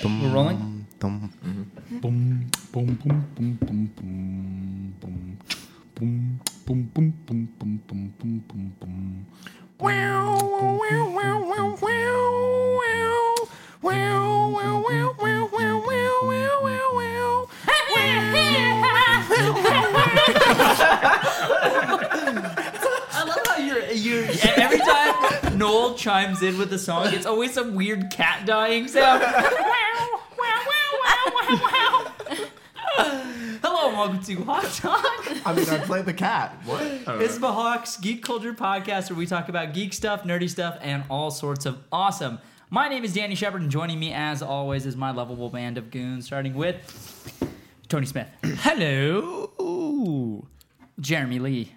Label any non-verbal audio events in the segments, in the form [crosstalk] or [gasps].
rolling? Dum. Boom, boom, boom, boom, boom, boom, boom, boom, boom, boom, boom, boom, boom, boom, boom, boom. I love how you're, you're e-, every time Noel chimes in with a song, it's always some weird cat dying sound. Hello and welcome to Hot Talk. I mean, I play the cat. What? This is Mahawk's Geek Culture Podcast where we talk about geek stuff, nerdy stuff, and all sorts of awesome. My name is Danny Shepard, and joining me as always is my lovable band of goons, starting with Tony Smith. Hello. Jeremy Lee.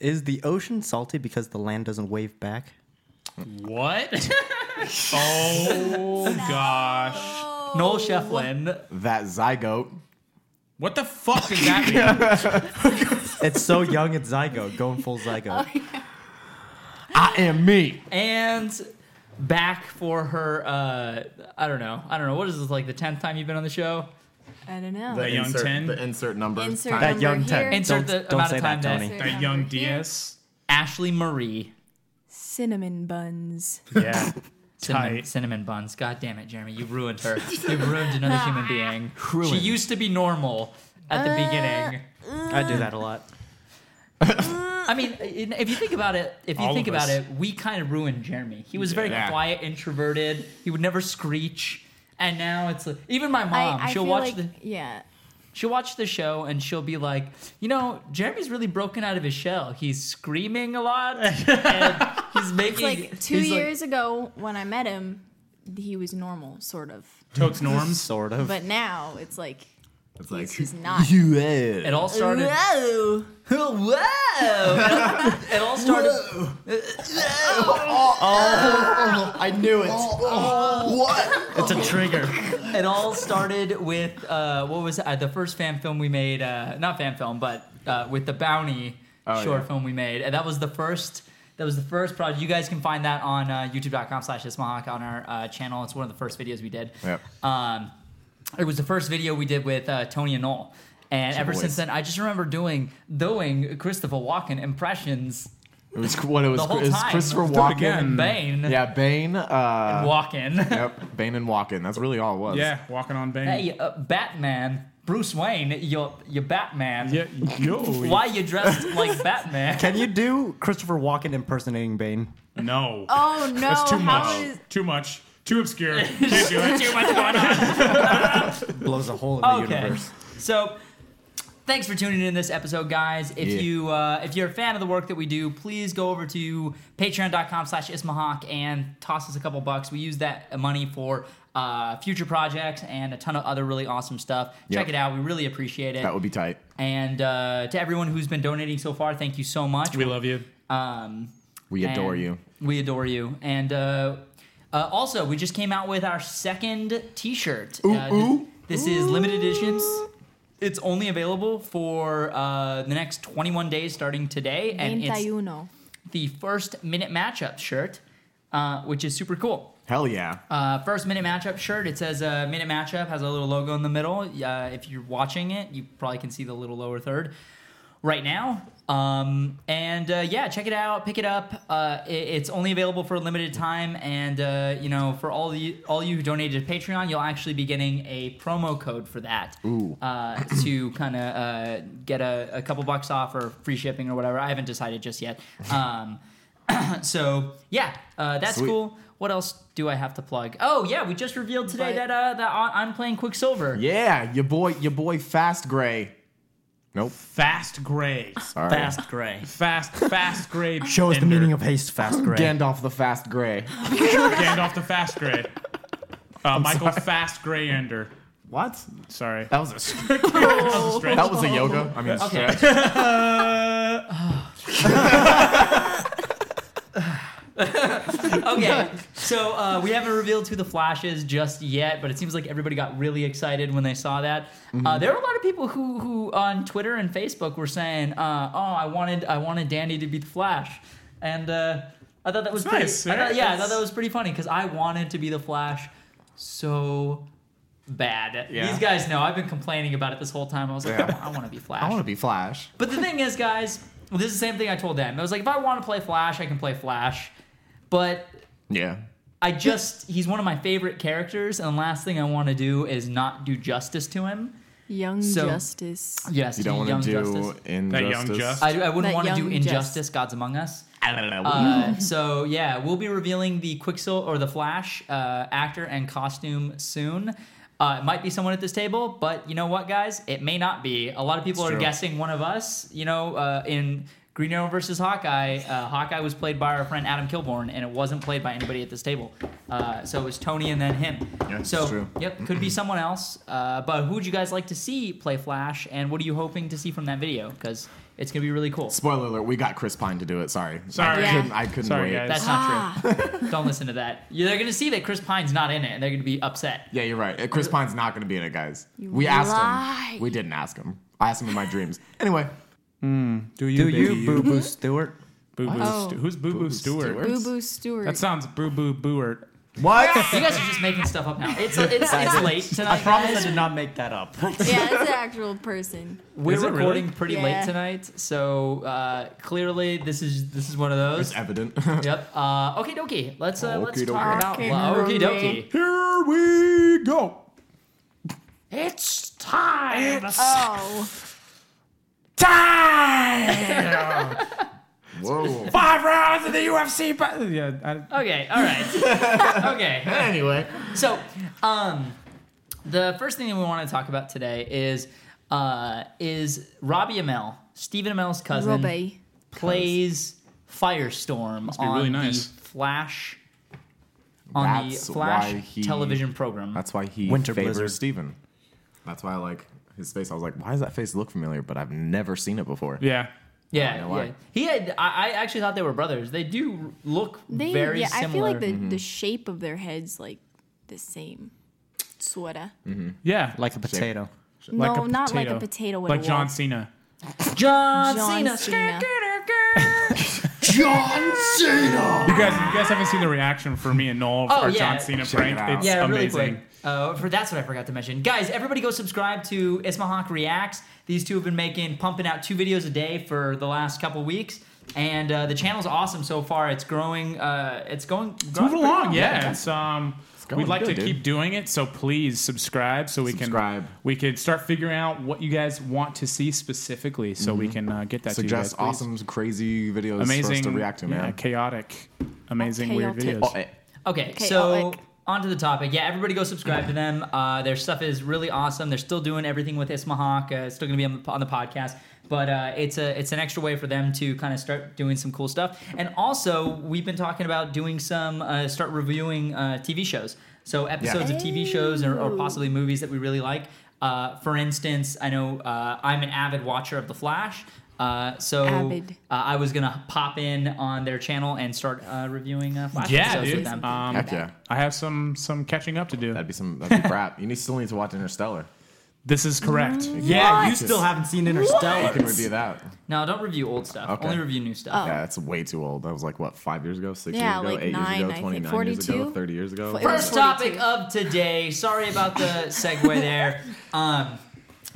Is the ocean salty because the land doesn't wave back? What? Oh gosh. Noel Shefflin. That zygote. What the fuck does that [laughs] mean? It's so young, it's zygote, going full zygote. I am me. and back for her uh i don't know i don't know what is this like the 10th time you've been on the show I don't know. The young insert, 10? The insert number. Insert time. That young number ten. here. Insert the don't don't amount say of time that, that- Tony. Insert That number young here. DS. ashley marie Cinnamon buns. Yeah. cinnamon, Tight. cinnamon buns god damn it jeremy you ruined her you ruined another human being she used to be normal at the beginning I do that a lot. i mean in- if you think about it if you All think of about us. it we kind of ruined jeremy he was very Yeah. quiet introverted he would never screech and now it's like, even my mom I, I she'll feel watch like, the Yeah. She'll watch the show and she'll be like, you know, Jeremy's really broken out of his shell. He's screaming [laughs] a lot. And he's making It's like two he's like- years ago when I met him, he was normal, sort of. Totes norms. Sort of. But now it's like It's like [laughs] he's just not. you it all started. Whoa. Whoa! [laughs] it all started. I knew it. What? It's a trigger. It all started with uh, what was uh, the first fan film we made? Uh, not fan film, but uh, with the Bounty short yeah. film we made, and that was the first. That was the first project. You guys can find that on uh, YouTube.com/slash Ismahawk on our uh, channel. It's one of the first videos we did. Yep. Um, it was the first video we did with uh, Tony and Noel, and ever boys. since then, I just remember doing doing Christopher Walken impressions It was what it was. the whole it was time. Christopher do it Walken. again. and- Bane. Yeah, Bane. Uh, Walken. yep, Bane and Walken. That's really all it was. Yeah, walking on bang. [laughs] hey, uh, Batman, Bruce Wayne, your your Batman. Yeah, yo. Why you dressed like Batman? [laughs] Can you do Christopher Walken impersonating Bane? No. Oh no. That's too how much. is- Too much. Too obscure. Can't do it. Too much going on. Blows a hole in the Okay. universe. So, thanks for tuning in this episode, guys. If Yeah. you uh, if you're a fan of the work that we do, please go over to Patreon.com/ismahawk and toss us a couple bucks. We use that money for uh, future projects and a ton of other really awesome stuff. Check Yep. it out. We really appreciate it. That would be tight. and uh, to everyone who's been donating so far, thank you so much. We love you. Um, We adore and you. We adore you. And uh, uh, also, we just came out with our second T-shirt. uh, th- This, is limited editions. It's only available for uh, the next 21 days starting today, and it's 21. the first minute matchup shirt, uh, which is super cool. Hell yeah. Uh, first minute matchup shirt. It says uh, minute matchup has a little logo in the middle. Uh, if you're watching it, you probably can see the little lower third right now. Um, and uh, yeah, check it out, pick it up. Uh, i- it's only available for a limited time, and uh, you know, for all the all you who donated to Patreon, you'll actually be getting a promo code for that Ooh. Uh, to kind of uh, get a, a couple bucks off or free shipping or whatever. I haven't decided just yet. Um, [coughs] so yeah, uh, that's Sweet. cool. What else do I have to plug? Oh yeah, we just revealed today But- that uh, that I- I'm playing Quicksilver. Yeah, your boy, your boy, Fast Gray. Nope. Fast Gray. Sorry. Fast Gray. Fast, fast Gray. Show us the bender. [laughs] meaning of haste, fast gray. Gandalf the [gasps] Fast Gray. Gandalf the Fast Gray. Uh, Michael Fast Gray Ender. What? Sorry. That was a str- Stretch. that was a yoga. I mean, Okay. stretch. [laughs] okay, so uh, we haven't revealed who the Flash is just yet, but it seems like everybody got really excited when they saw that. Mm-hmm. Uh, there were a lot of people who, who on Twitter and Facebook were saying, uh, "Oh, I wanted I wanted Danny to be the Flash," and uh, I thought that was It's pretty, nice, I yeah, thought, yeah, I thought it's- that was pretty funny because I wanted to be the Flash so bad. Yeah. These guys know. I've been complaining about it this whole time. I was like, Yeah. I want to be Flash. I want to be Flash. But the thing is, guys, this is the same thing I told them. I was like, if I want to play Flash, I can play Flash. But Yeah. I just, he's one of my favorite characters, and the last thing I want to do is not do justice to him. Young So- Justice. Yes, You don't Young want to do Justice. injustice. That Young Justice. I, I wouldn't That want to do young Injustice, Gods Among Us. [laughs] Uh, so yeah, we'll be revealing the Quicksilver or the Flash uh, actor and costume soon. Uh, it might be someone at this table, but you know what, guys? It may not be. A lot of people It's are true. guessing one of us. You know, uh, in Green Arrow versus Hawkeye, uh, Hawkeye was played by our friend Adam Kilborn, and it wasn't played by anybody at this table. Uh, so it was Tony and then him. Yeah, it's so true. yep, [clears throat] could be someone else. Uh, but who would you guys like to see play Flash, and what are you hoping to see from that video? Because it's gonna be really cool. Spoiler alert, we got Chris Pine to do it. Sorry. Sorry. I Yeah. couldn't, I couldn't Sorry, wait. guys. That's not true. [laughs] Don't listen to that. Yeah, They're going to see that Chris Pine's not in it, and they're going to be upset. Yeah, you're right. Uh, Chris Pine's not going to be in it, guys. You we asked lied. him. We didn't ask him. I asked him in my dreams. Anyway, Do you, Do you, Boo Boo Stewart? Boo Boo Oh. Stu- Who's Boo Boo Stewart? Stewart? Boo Boo Stewart. That sounds Boo Boo Booert. You guys are just making stuff up now. It's it's, it's late tonight. I promise I guys. did not make that up. yeah, that's an actual [laughs] person. We're Is it really? recording pretty late Yeah. tonight, so uh, clearly this is this is one of it's those. evident. [laughs] Yep. Uh, okay, dokie. Let's uh, let's Okey-dokey. talk about okie Okey-dokey. dokie. Here we go. It's time. Oh, Whoa. Five rounds of the UFC. But yeah, I, Okay. All right. [laughs] okay. anyway. So, um, the first thing that we want to talk about today is uh, is Robbie Amell, Stephen Amell's cousin, Robbie. plays Firestorm be on really nice. the Flash on That's the why Flash he- television program. That's why he Winter favors Blizzard. Steven. That's why I like his face. I was like, why does that face look familiar? But I've never seen it before. yeah. yeah, know why. yeah. He had. I, I actually thought they were brothers. They do look they. very yeah, similar. I feel like the, Mm-hmm. the shape of their heads like the same. Sorta. Yeah. [laughs] Like a potato. Like no, a not like a potato. With Like a John wall. Cena. John, John Cena. Cena. [laughs] John Cena! You guys, you guys haven't seen the reaction for me and Noel for Oh, our yeah. John Cena Check prank. it out. It's yeah, really amazing. quick. Uh, for that's what I forgot to mention, guys. Everybody, go subscribe to Ismahawk Reacts. These two have been making, pumping out two videos a day for the last couple weeks, and uh, the channel's awesome so far. It's growing. Uh, it's going. Move growing pretty along, well. yeah. It's um, going we'd like good, to dude. keep doing it, so please subscribe, so we Subscribe. can we can start figuring out what you guys want to see specifically, so we can uh, get that. Mm-hmm. Suggest to you guys, please. awesome, crazy videos for us amazing, to react to, yeah, man. chaotic, amazing, weird Chaotic. videos. Oh, eh, Okay, Okay, so Alec. on to the topic. Yeah, everybody go subscribe to them. Uh, their stuff is really awesome. They're still doing everything with Ismahawk. Uh, it's still going to be on the, on the podcast, but uh, it's a it's an extra way for them to kind of start doing some cool stuff. And also, we've been talking about doing some uh, start reviewing uh, TV shows. So episodes of TV shows or, or possibly movies that we really like. Uh, for instance, I know uh, I'm an avid watcher of The Flash. Uh, so Avid. Uh, I was gonna pop in on their channel and start uh, reviewing uh, Flash Yeah, episodes with dude. them. Um, heck yeah. I have some some catching up to do. That'd be some that'd be crap. You need, still need to watch Interstellar. This is correct. Yeah, you What? still haven't seen You Interstellar. can review that. No, don't review old stuff. Okay. Only review new stuff. Yeah, that's way too old. That was like what five years ago, six years Yeah, ago, like eight nine, years I ago, think. twenty nine years ago, 42? thirty years ago. It was- First 42. topic of today. Sorry about [laughs] the segue there. Um,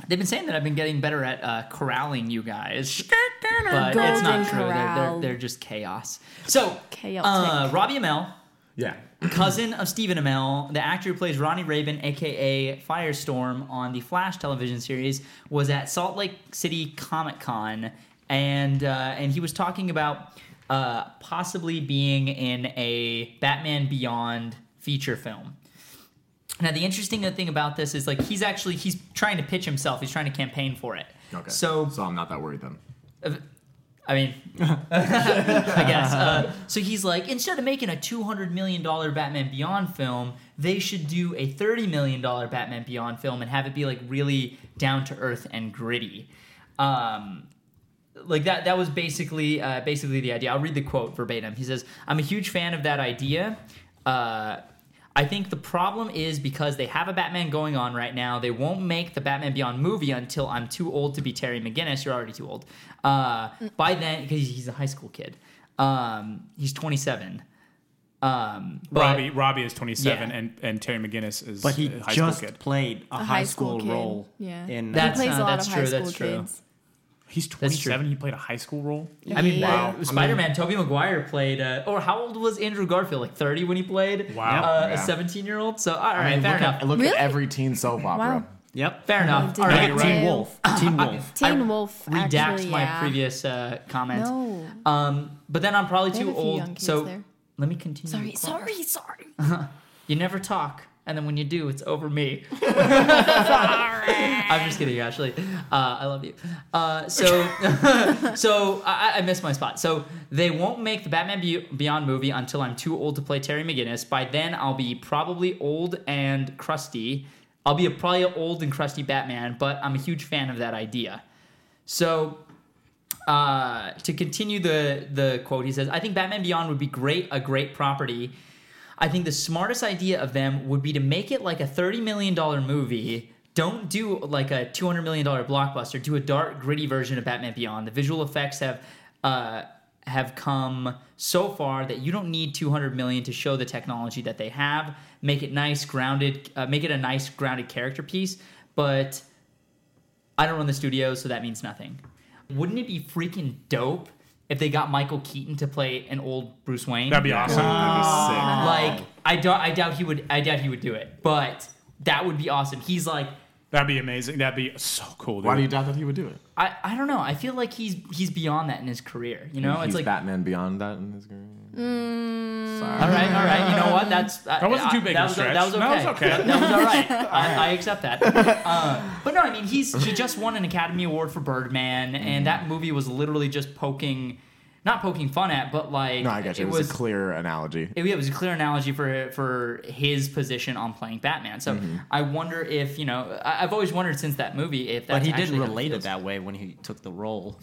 they've been saying that I've been getting better at uh, corralling you guys, but it's not true. They're, they're, Corral. they're just chaos. So, uh, Chaotic. Robbie Amell, yeah. cousin of Stephen Amell, the actor who plays Ronnie Raven, aka Firestorm, on the Flash television series, was at Salt Lake City Comic Con, and uh, and he was talking about uh, possibly being in a Batman Beyond feature film. Now the interesting thing about this is like he's actually he's trying to pitch himself. He's trying to campaign for it. Okay. So so I'm not that worried then. I mean, [laughs] I guess. Uh, so he's like, instead of making a two hundred million dollar Batman Beyond film, they should do a thirty million dollar Batman Beyond film and have it be like really down to earth and gritty. Um, like that that was basically uh, basically the idea i'll read the quote verbatim he says i'm a huge fan of that idea uh, i think the problem is because they have a batman going on right now they won't make the batman beyond movie until i'm too old to be terry mcginnis you're already too old uh, by then because he's a high school kid Um, he's 27. Um, but- Robbie Robbie is 27 Yeah. and, and Terry McGinnis is But he a high just school kid. played a, high, high school, school kid, role. yeah. In That- That's He plays not- a lot that's of true, high that's school true. kids. He's That's true. 27. He played a high school role. I mean, Yeah. Wow. Spider-Man. Tobey Maguire played. Uh, or how old was Andrew Garfield? Like thirty when he played. Wow. uh, Yeah. a seventeen-year-old. So all right, fair look enough. At, look Really? at every teen soap opera. Wow. yep. fair Oh, enough. did All they right, do- Teen Teen Damn. Wolf. Teen Wolf. I Teen Wolf. redact actually, my yeah. previous uh, comment. No. Um, but then I'm probably They have too a few old. young kids so there. let me continue. Sorry, Clara. sorry, sorry. You never talk, and then when you do, it's over me. I'm just kidding, Ashley. Uh, I love you. Uh, so, [laughs] so I, I missed my spot. So they won't make the Batman Be- Beyond movie until I'm too old to play Terry McGinnis. By then, I'll be probably old and crusty. I'll be a probably an old and crusty Batman, but I'm a huge fan of that idea. So uh, to continue the the quote, he says, "I think Batman Beyond would be great, a great property. I think the smartest idea of them would be to make it like a thirty million dollar movie. Don't do like a two hundred million dollar blockbuster. Do a dark, gritty version of Batman Beyond. The visual effects have." Uh, have come so far that you don't need 200 million to show the technology that they have make it nice grounded uh, make it a nice grounded character piece but I don't run the studio, so that means nothing. Wouldn't it be freaking dope if they got Michael Keaton to play an old Bruce Wayne? That'd be awesome. like Oh. I doubt I doubt he would I doubt he would do it, but that would be awesome. He's like That'd be amazing. That'd be so cool. Dude. Why do you doubt that he would do it? I, I don't know. I feel like he's he's beyond that in his career. You know, He's it's like Batman beyond that in his career. Sorry. all right, all right. You know what? That's [laughs] That wasn't too big That of a was, stretch. that was okay. No, it's okay. That, that was all [laughs] right. I, I accept that. Uh, but no, I mean he's he just won an Academy Award for Birdman, Mm-hmm. and that movie was literally just poking, not poking fun at, but like No, I got you. It, was, a clear analogy. it, yeah, it was a clear analogy for for his position on playing Batman. So Mm-hmm. I wonder if you know I, I've always wondered since that movie if that's But he didn't actually how relate it feels. that way when he took the role.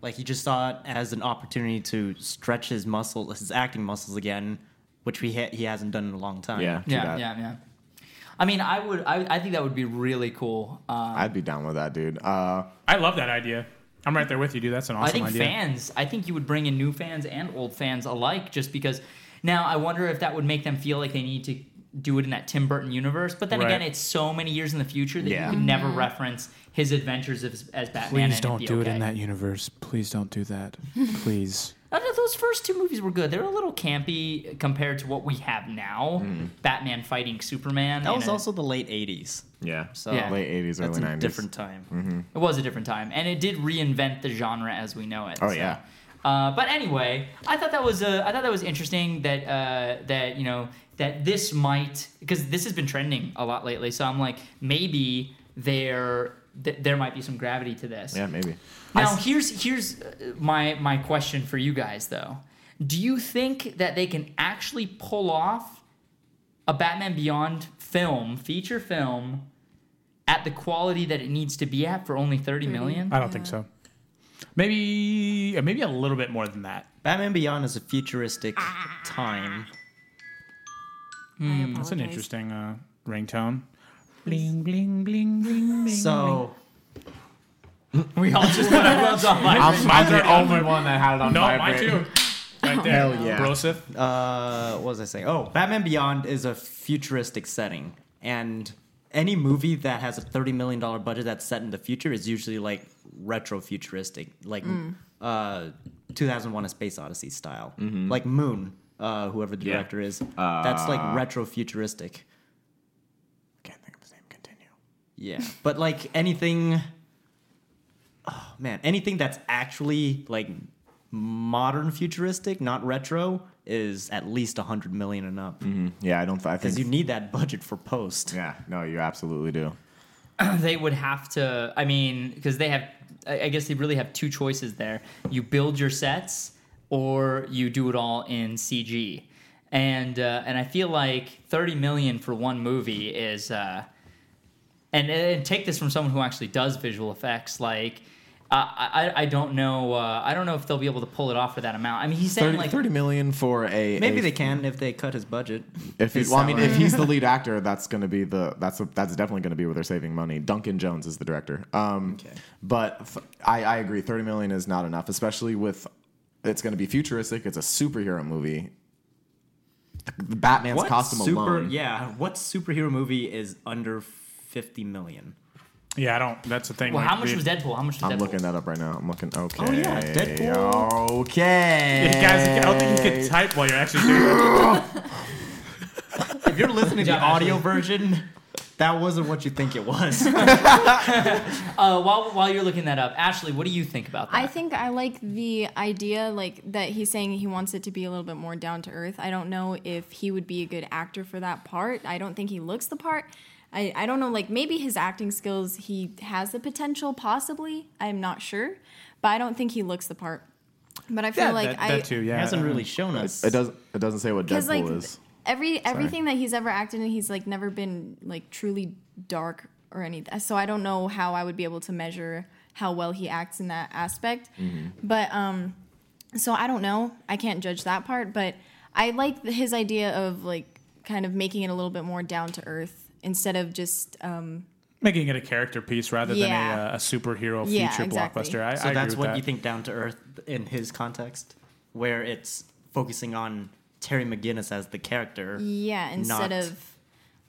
Like he just saw it as an opportunity to stretch his muscle, his acting muscles again, which we ha- he hasn't done in a long time. Yeah, too Yeah, bad. yeah, yeah. I mean, I would I, I think that would be really cool. Um, I'd be down with that, dude. Uh, I love that idea. I'm right there with you, dude. That's an awesome I think idea. fans. I think you would bring in new fans and old fans alike, just because. Now I wonder if that would make them feel like they need to do it in that Tim Burton universe. But then Right. again, it's so many years in the future that Yeah. you can never reference his adventures as, as Batman. and it'd be okay. universe. Please don't do that. Please. I don't know, those first two movies were good. They were a little campy compared to what we have now. Hmm. Batman fighting Superman. That in was a- also the late 80s. yeah. So Yeah. Late 80s, that's early a 90s. different time. It was a different time, and it did reinvent the genre as we know it. Oh, so. yeah. Uh, but anyway, I thought that was uh, I thought that was interesting that uh, that you know that this might because this has been trending a lot lately. So I'm like maybe there th- there might be some gravity to this. Yeah, maybe. Now here's here's uh, my my question for you guys though. Do you think that they can actually pull off a Batman Beyond film, feature film, at the quality that it needs to be at for only thirty million? I don't think so. Maybe maybe a little bit more than that. Batman Beyond is a futuristic time. That's an interesting uh, ringtone. Bling bling bling bling. bling. So We all just put our gloves on. I'm, I'm [laughs] already the on only one that had it on No, mine vibrate. too. Right there. Hell yeah. Broseph. uh, what was I saying? Oh, Batman Beyond is a futuristic setting, and any movie that has a thirty million dollar budget that's set in the future is usually like retro futuristic, like uh, two thousand one: A Space Odyssey style, like Moon. Uh, whoever the Yeah. director is, that's like retro futuristic. Can't think of his name. Continue. Yeah, but like anything, oh man, anything that's actually like modern futuristic, not retro, is at least a hundred million and up because Mm, Yeah, I don't. Th- I think. you need that budget for post. yeah, no, you absolutely do. they would have to i mean because they have i I guess they really have two choices there you build your sets or you do it all in cg and uh, and i feel like 30 million for one movie is uh and, and take this from someone who actually does visual effects like I, I, I don't know uh, I don't know if they'll be able to pull it off for that amount. I mean, he's saying 30, like 30 million for a. Maybe a- they can if they cut his budget. If he, his well, I mean, salary. if he's the lead actor, that's going to be the that's that's definitely going to be where they're saving money. Duncan Jones is the director. Um, Okay. but f- I, I agree, thirty million is not enough, especially with It's going to be futuristic. It's a superhero movie. The Batman's costume super, alone. Yeah, what superhero movie is under fifty million? Yeah, I don't. That's the thing. Well, like, how much the- was Deadpool? How much was I'm Deadpool? looking that up right now. I'm looking. Okay. Oh, yeah, Deadpool. Okay. Yeah, guys, I don't think you can type while you're actually doing that. If you're listening to Good the job, audio version, [laughs] that wasn't what you think it [laughs] was. Uh, while while you're looking that up, Ashley, what do you think about that? I think I like the idea, like that he's saying he wants it to be a little bit more down to earth. I don't know if he would be a good actor for that part. I don't think he looks the part. I, I don't know, like maybe his acting skills, he has the potential, possibly. I'm not sure, but I don't think he looks the part. But I feel Yeah, like that, I that too. Yeah, hasn't really shown us. It doesn't. It doesn't say what because Deadpool like is. every everything that he's ever acted in, he's like never been like truly dark or anything. So I don't know how I would be able to measure how well he acts in that aspect. But um, so I don't know. I can't judge that part. But I like th- his idea of like kind of making it a little bit more down to earth instead of just um, making it a character piece rather than Yeah. a, uh, a superhero Yeah, feature exactly. blockbuster. I, So I that's agree with what that. you think down to earth in his context, where it's focusing on Terry McGinnis as the character, yeah instead Not of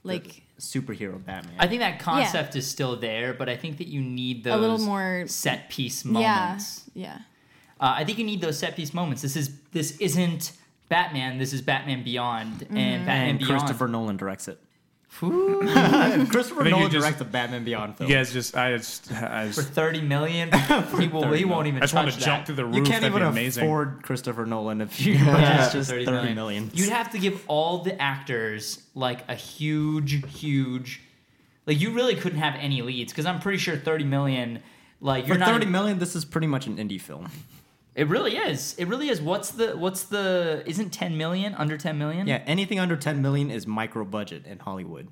like superhero Batman. I think that concept is still there, but I think that you need those A little more- set piece yeah moments. yeah Uh, I think you need those set piece moments. This is this isn't Batman. This is Batman Beyond, Mm-hmm. and Batman and Beyond. Christopher Nolan directs it. Whew, [laughs] Christopher think you Nolan just- directs the Batman Beyond film. You guys just, I just, [laughs] I for just, thirty million, he, will, he won't even. I just touch want to that. jump through the roof. You can't That'd even be amazing. afford Christopher Nolan if your budget's just thirty million. You'd have to give all the actors like a huge, huge, like you really couldn't have any leads because I'm pretty sure thirty million. Like For you're not. thirty million, this is pretty much an indie film. It really is. It really is. What's the what's the isn't ten million under ten million? Yeah, anything under ten million is micro budget in Hollywood.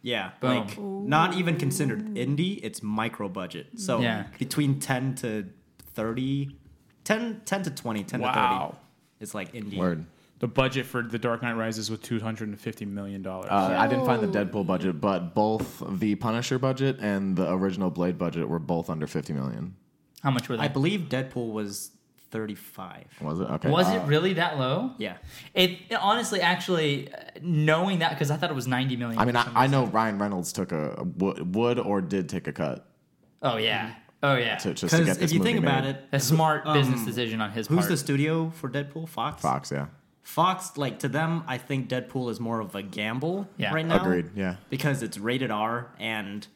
Yeah, Boom. like not even considered indie, it's micro budget. So Yeah. between ten to 30, 10, 10 to 20, 10 to Wow. thirty, it's like indie. Word. The budget for The Dark Knight Rises was two hundred and fifty million dollars. Uh, I didn't find the Yo. Deadpool budget, but both the Punisher budget and the original Blade budget were both under 50 million. How much were they? I believe Deadpool was thirty-five. Was it? Okay. was Uh, it really that low? Yeah, It, it- honestly, actually, uh, knowing that because I thought it was ninety million. I mean, for I, some I reason. know Ryan Reynolds took a, a would, would or did take a cut Oh yeah. Mm-hmm. Oh yeah. to just to because get this if you movie think about made. it, A smart um, business decision on his who's part. the studio for Deadpool? Fox. Fox, yeah, Fox, like to them, I think Deadpool is more of a gamble Yeah. right now. agreed, yeah. because it's rated R, and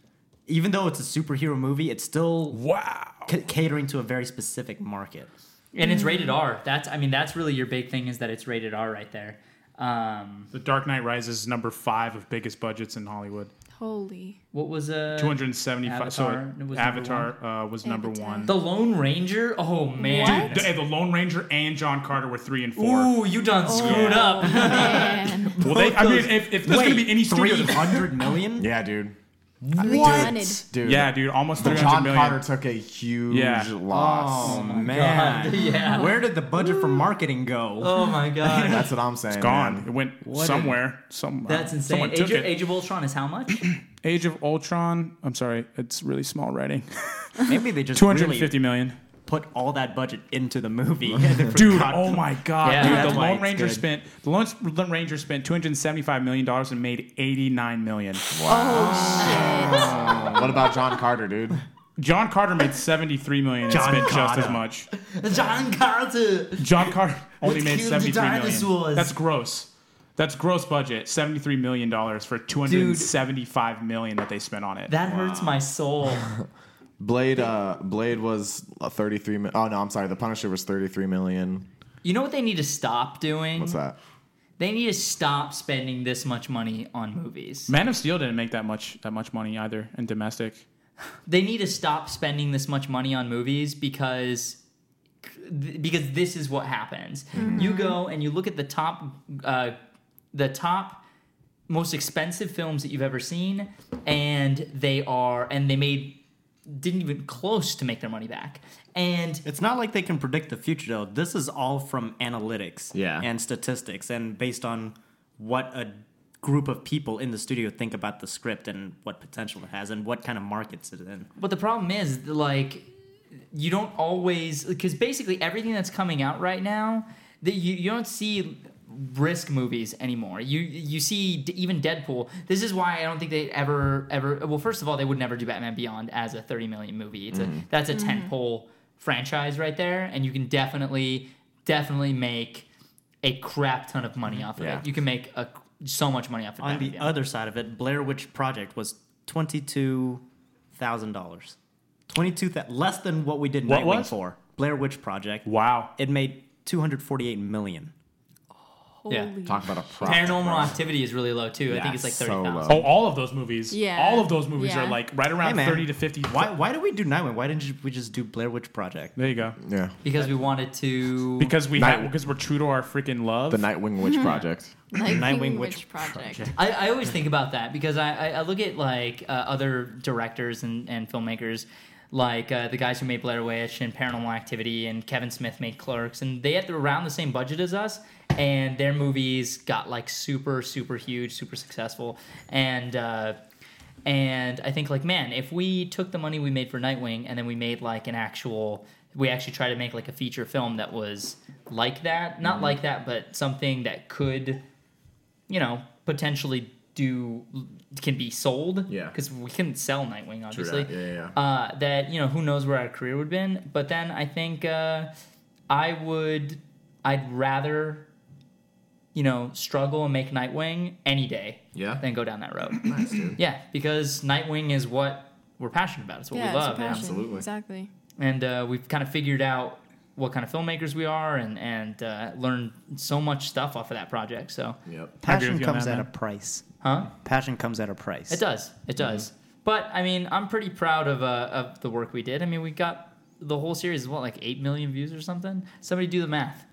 even though it's a superhero movie, it's still wow. c- catering to a very specific market. and it's rated R. That's I mean that's really your big thing is that it's rated R right there. Um, The Dark Knight Rises is number five of biggest budgets in Hollywood. holy what was uh, Two hundred and seventy-five. So Avatar was number Avatar uh, was number Avatar. one. The Lone Ranger. Oh man. What? The, the Lone Ranger and John Carter were three and four. Ooh, you done Oh, screwed [laughs] up. [laughs] man. well, they, I mean, if, if there's going to be any studio, three that- [laughs] hundred million. Yeah, dude. What? Dude. yeah, dude, almost The three hundred John million. Carter took a huge Yeah. loss. Oh man, yeah. Where did the budget for marketing go? Oh my [laughs] god. That's what I'm saying. Gone. man. It went a- somewhere. Some. uh, That's insane. Someone Age took of, it. Age of Ultron is how much? Age of Ultron. I'm sorry, it's really small writing. Maybe they just Two hundred and fifty really million. put all that budget into the movie. [laughs] and they Dude, forgot oh to- my god. Yeah. Dude, That's the why Lone it's Ranger good. spent the Lone Lone Ranger spent two hundred and seventy-five million dollars and made eighty-nine million. What about John Carter, dude? John Carter made seventy-three million and John spent just Carter. as much. John Carter. John [laughs] Carter only Let's made kill the seventy-three million. dinosaurs. That's gross. That's gross budget. Seventy-three million dollars for two hundred and seventy-five million that they spent on it. That hurts my soul. [laughs] Blade. Uh, Blade was uh, 33. Mi- oh no, I'm sorry. The Punisher was 33 million. You know what they need to stop doing? What's that? They need to stop spending this much money on movies. Man of Steel didn't make that much that much money either in domestic. They need to stop spending this much money on movies because because this is what happens. You go and you look at the top uh, the top most expensive films that you've ever seen and they are and they made didn't even close to make their money back. And It's not like they can predict the future though. This is all from analytics Yeah. and statistics and based on what a group of people in the studio think about the script and what potential it has and what kind of markets it's in. But the problem is, like, you don't always because basically everything that's coming out right now that you, you don't see risk movies anymore you you see d- even deadpool this is why i don't think they ever ever well first of all they would never do batman beyond as a 30 million movie it's Mm-hmm. a, that's a Mm-hmm. tent pole franchise right there and you can definitely definitely make a crap ton of money off of Yeah. it you can make a, so much money off of Mm-hmm. On Batman the Beyond. other side of it, Blair Witch Project was twenty two thousand dollars, twenty two less than what we did What Nightwing was? for Blair Witch Project. Wow. It made two hundred forty eight million. Holy Yeah. Talk about a prop. Paranormal activity is really low too. I think it's like so thirty thousand. low. Oh, all of those movies. Yeah. All of those movies Yeah. are like right around Hey, man. 30 to 50. Why? Why did we do Nightwing? Why didn't you- we just do Blair Witch Project? There you go. Yeah. because we wanted to. Because we Night- have, because we're true to our freaking love. The Nightwing Witch Hmm. Project. Like Nightwing Nightwing Witch Witch, Project. I, I always think about that because I, I, I look at like uh, other directors and, and filmmakers, like uh, the guys who made Blair Witch and Paranormal Activity, and Kevin Smith made Clerks, and they had around the same budget as us, and their movies got like super super huge, super successful, and. Uh, and I think like man, if we took the money we made for Nightwing and then we made like an actual, we actually tried to make like a feature film that was like that, not like that, but something that could you know, potentially do can be sold. Yeah. Because we couldn't sell Nightwing, obviously. that. Yeah, yeah, Uh, that you know, who knows where our career would have been. But then I think uh, I would, I'd rather, you know, struggle and make Nightwing any day. Yeah? Than go down that road. [clears throat] Nice, dude. yeah, because Nightwing is what we're passionate about. It's what Yeah, we it's a love. and- passion. absolutely. Exactly. and uh, we've kind of figured out what kind of filmmakers we are and and uh, learned so much stuff off of that project. So, Yep. Passion with you on comes that, at a man. price. huh? Passion comes at a price. It does. It does. But I mean, I'm pretty proud of uh, of the work we did. I mean, we got the whole series is what like eight million views or something. Somebody do the math.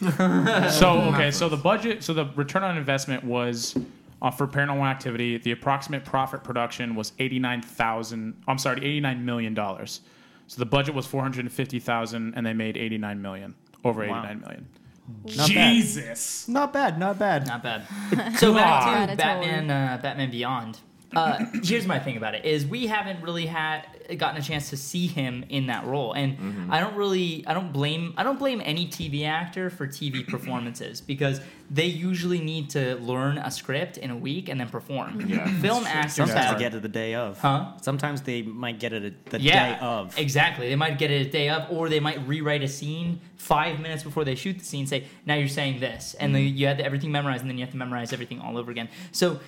[laughs] So okay, so the budget, so the return on investment was uh, for Paranormal Activity. The approximate profit production was eighty nine thousand. I'm sorry, eighty nine million dollars. So the budget was four hundred fifty thousand, and they made eighty nine million over eighty nine million. Not bad. Jesus. Not bad. Not bad. Not bad. so back to God. Batman, uh, Batman Beyond. Uh, [coughs] here's my thing about it is we haven't really had gotten a chance to see him in that role, and I don't really, I don't blame, I don't blame any TV actor for TV performances because they usually need to learn a script in a week and then perform. Yeah. Film actors Sometimes have they get it the day of. Huh? Sometimes they might get it a- the yeah, day of. Exactly. They might get it a day of, or they might rewrite a scene five minutes before they shoot the scene. Say, now you're saying this, and then you have to- everything memorized, and then you have to memorize everything all over again. So,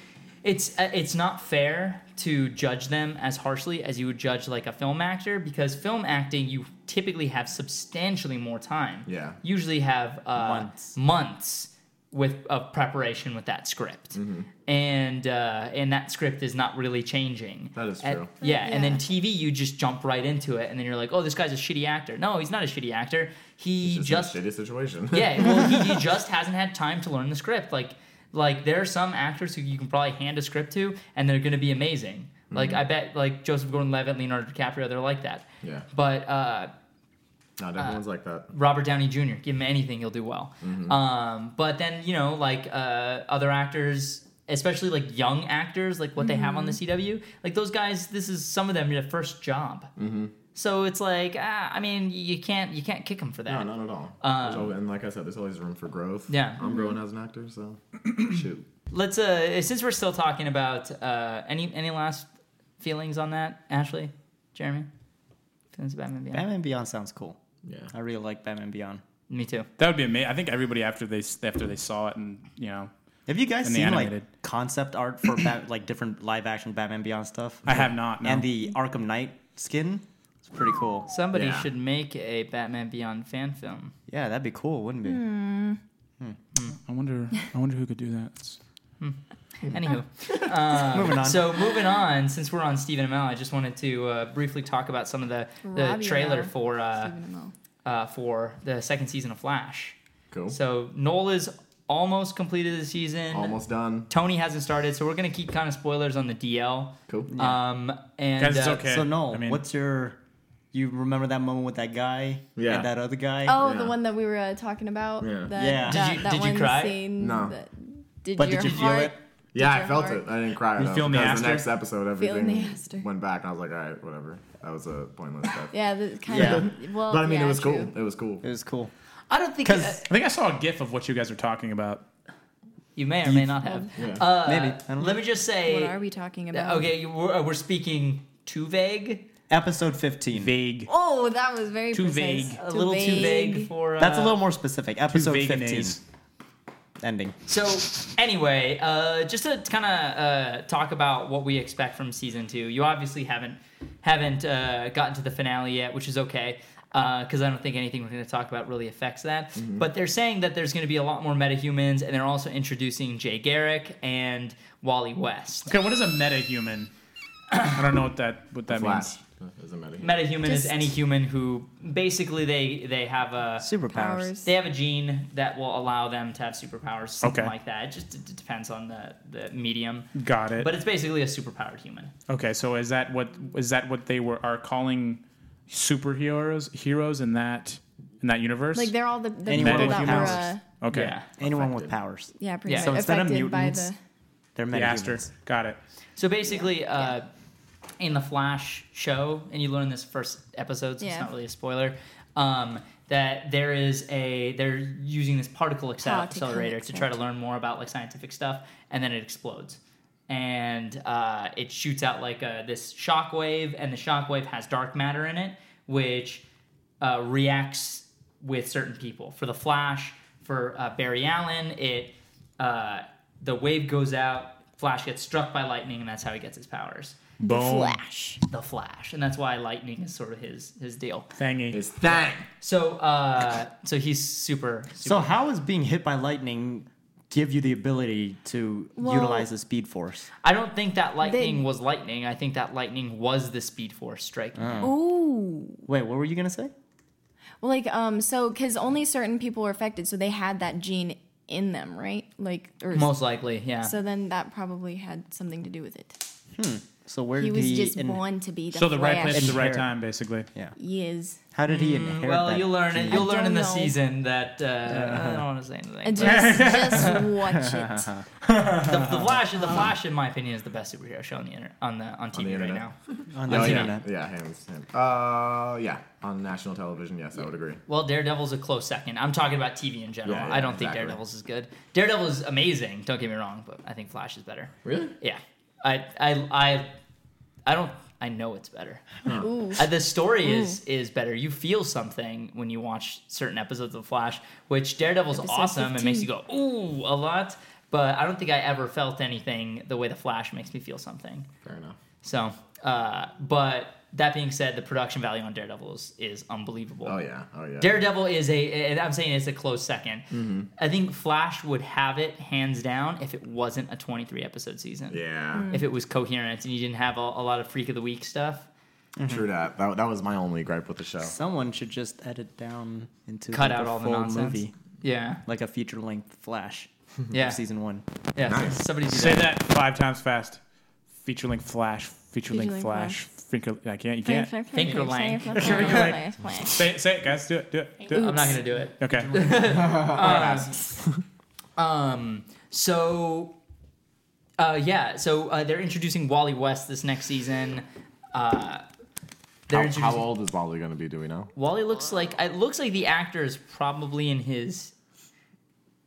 it's uh, it's not fair to judge them as harshly as you would judge like a film actor because film acting you typically have substantially more time. Yeah. Usually have uh, Months. months with of preparation with that script, and uh, and that script is not really changing. That is At- true. yeah, and then Yeah. TV, you just jump right into it, and then you're like, oh, this guy's a shitty actor. No, he's not a shitty actor. He It's just, just, a shitty [laughs] situation. [laughs] yeah, well, he, he just hasn't had time to learn the script. Like, like there are some actors who you can probably hand a script to, and they're gonna be amazing. Like Mm-hmm. I bet, like Joseph Gordon-Levitt, Leonardo DiCaprio, they're like that. Yeah. But uh, Not Uh, everyone's like that. Robert Downey Jr. Give him anything, he'll do well. Mm-hmm. Um, but then you know, like uh, other actors, especially like young actors, like what they have on the CW, like those guys. This is some of them their first job. Mm-hmm. So it's like, ah, I mean, you can't you can't kick them for No, that. not at all. Um, There's al- and like I said, there's always room for growth. Yeah. Mm-hmm. I'm growing as an actor, [coughs] so shoot. Let's uh, since we're still talking about uh, any any last feelings on that, Ashley, Jeremy, feelings about Batman Beyond? Batman Beyond sounds cool. Yeah. I really like Batman Beyond. Me too. That would be amazing. I think everybody after they after they saw it and you know Have you guys And the seen like animated. concept art for Bat- [coughs] like different live action Batman Beyond stuff? I have not. No. And the Arkham Knight skin. It's pretty cool. Somebody Yeah. should make a Batman Beyond fan film. Yeah, that'd be cool, wouldn't it? Hmm. I wonder. I wonder who could do that. It's- Anywho. uh, Moving on. So moving on, since we're on Stephen Amell, I just wanted to uh, briefly talk about some of the, the Robbie trailer Amell. for uh, Stephen Amell. uh, for the second season of Flash. Cool. So Nola's almost completed the season. Almost done. Tony hasn't started, so we're gonna keep kind of spoilers on the DL. Cool. Um, and Guys, it's uh, okay. So Noel, I mean- what's your? You remember that moment with that guy Yeah. and that other guy? Oh, Yeah. the one that we were uh, talking about. Yeah. That, Yeah. Did That, you- that did you one cry? Scene No. That, did But your did you feel heart it? Yeah, I Did you felt hard? it. I didn't cry. You enough feeling the because aster? the next episode, Feeling the everything aster. went back, and I was like, all right, whatever. That was a pointless death. Yeah, the, kind of. Well, but I mean, yeah, it was true. cool. It was cool. It was cool. I don't think uh, Because I think I saw a GIF of what you guys are talking about. you may or may not have. Yeah. Uh, Maybe. I don't know. Let me just say. What are we talking about? Okay, you- we're, we're speaking too vague. episode 15. Vague. Oh, that was very Too precise. vague. A little too vague for. Uh, That's a little more specific. Episode vague 15. names. Ending. So anyway, uh, just to kind of uh, talk about what we expect from season two. You obviously haven't haven't uh, gotten to the finale yet, which is okay because I don't think anything we're going to talk about really affects that. But they're saying that there's going to be a lot more metahumans, and they're also introducing Jay Garrick and Wally West. Okay, what is a metahuman? I don't know what that what that Flash means. is a meta. Metahuman is Just- any human who basically they they have a Superpowers. Powers. They have a gene that will allow them to have superpowers, something Okay. like that. It just d- depends on the, the medium. Got it. But it's basically a superpowered human. okay, so is that what is that what they were are calling superheroes heroes in that in that universe? Like they're all the, the Anyone people with that powers. were uh, okay. Yeah. Anyone with powers. yeah pretty Yeah. much So instead of affected by mutants, the They're The Aster. metahumans. Got it. So basically, Uh, in the Flash show, and you learn this first episode, so it's Yeah. not really a spoiler, um, that there is a they're using this particle acce- Particle accelerator to try to accelerator. learn more about like scientific stuff, and then it explodes. And uh, it shoots out like uh this shockwave, and the shockwave has dark matter in it, which uh, reacts with certain people. For the Flash, for uh, Barry Allen, it uh, the wave goes out. Flash gets struck by lightning, and that's how he gets his powers. Boom. Flash. The Flash, and that's why lightning is sort of his his deal. Thangy. It's that. So uh, so he's super. super So how is being hit by lightning give you the ability to Well- utilize the speed force? I don't think that lightning was lightning. I think that lightning was the Speed Force striking. Oh. him. Ooh. Wait, what were you gonna say? Well, like um, so because only certain people were affected, so they had that gene in them, right? Like or Most likely, yeah. so then that probably had something to do with it. So where He did was he just in- born to be the So the right Flash. place at the right Inherit. time, basically. He is. How did he inherit Mm, well, that? you'll learn it. gene? You'll learn in don't the know. season that uh, I don't want to say anything. And but- Just, just watch [laughs] it. the, the Flash, the Flash, in my opinion, is the best superhero show on the inter- on the on TV right internet. now. on the Oh, yeah. internet. yeah, hands. hands. Uh, yeah, on national television, yes, I would agree. Well, Daredevil's a close second. I'm talking about TV in general. Yeah, yeah, I don't think exactly. Daredevil's is good. Daredevil is amazing. Don't get me wrong, but I think Flash is better. Really? Yeah, I I I, I don't. I know it's better. Hmm. Ooh. Hmm. Uh, the story is is better. You feel something when you watch certain episodes of Flash, which Daredevil's Episode awesome and makes you go ooh a lot. But I don't think I ever felt anything the way the Flash makes me feel something. Fair enough. So, uh, but that being said, the production value on Daredevil is, is unbelievable. Oh yeah, oh yeah. Daredevil is a, and I'm saying it's a close 2nd Mm-hmm. I think Flash would have it hands down if it wasn't a 23 episode season. yeah, If it was coherent and you didn't have a, a lot of freak of the week stuff, true that. that. That was my only gripe with the show. Someone should just edit down into cut like out a all the full nonsense. movie, Yeah, like a feature length Flash. yeah, of season one. yeah. Mm-hmm. Nice. Somebody do Say that. that five times fast. Feature link flash. Feature link Featurelink flash. Finger. I can't. You can't. Fingerlang. Fingerlang. Say it, say it, guys. Do it. Do it. Do I'm not gonna do it. it. Okay. Um. So. Uh. Yeah. So uh, they're introducing Wally West this next season. Uh. They're How, introducing how old is Wally going to be? Do we know? Wally looks like it looks like the actor is probably in his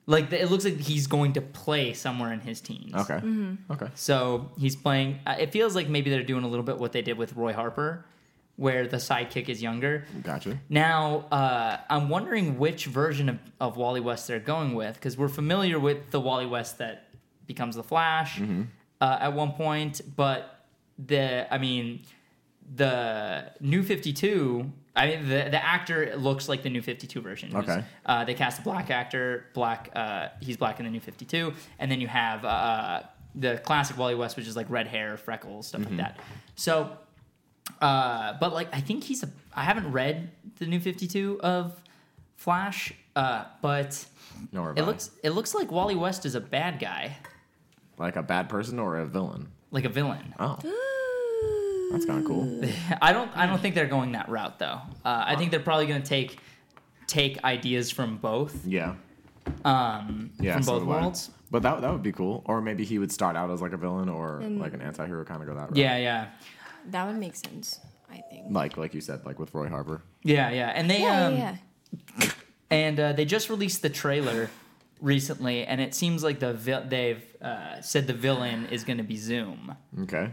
like it looks like he's going to play somewhere in his teens. Okay. Mm-hmm. Okay. So he's playing. Uh, it feels like maybe they're doing a little bit what they did with Roy Harper, where the sidekick is younger. Gotcha. Now uh, I'm wondering which version of, of Wally West they're going with because we're familiar with the Wally West that becomes the Flash uh, at one point, but the I mean the New Fifty Two. I mean the the actor looks like the New Fifty Two version. It was, Okay. uh, they cast a black actor, black. Uh, he's black in the New Fifty Two, and then you have uh, the classic Wally West, which is like red hair, freckles, stuff like that. So uh, but like I think he's a. I haven't read the new Fifty Two of Flash, uh, but No, it looks it looks like Wally West is a bad guy, like a bad person or a villain. like a villain. Oh, that's kind of cool. I don't I don't think they're going that route though. Uh, I think they're probably going to take take ideas from both Yeah. um, yeah, from so both would I. worlds. But that that would be cool. Or maybe he would start out as like a villain or And- like an anti-hero kind of go that route. Yeah, yeah, That would make sense, I think. Like like you said, like with Roy Harper. yeah, yeah. And they Yeah, um, yeah, yeah. and uh, they just released the trailer recently, and it seems like the vil- they've uh, said the villain is going to be Zoom. Okay.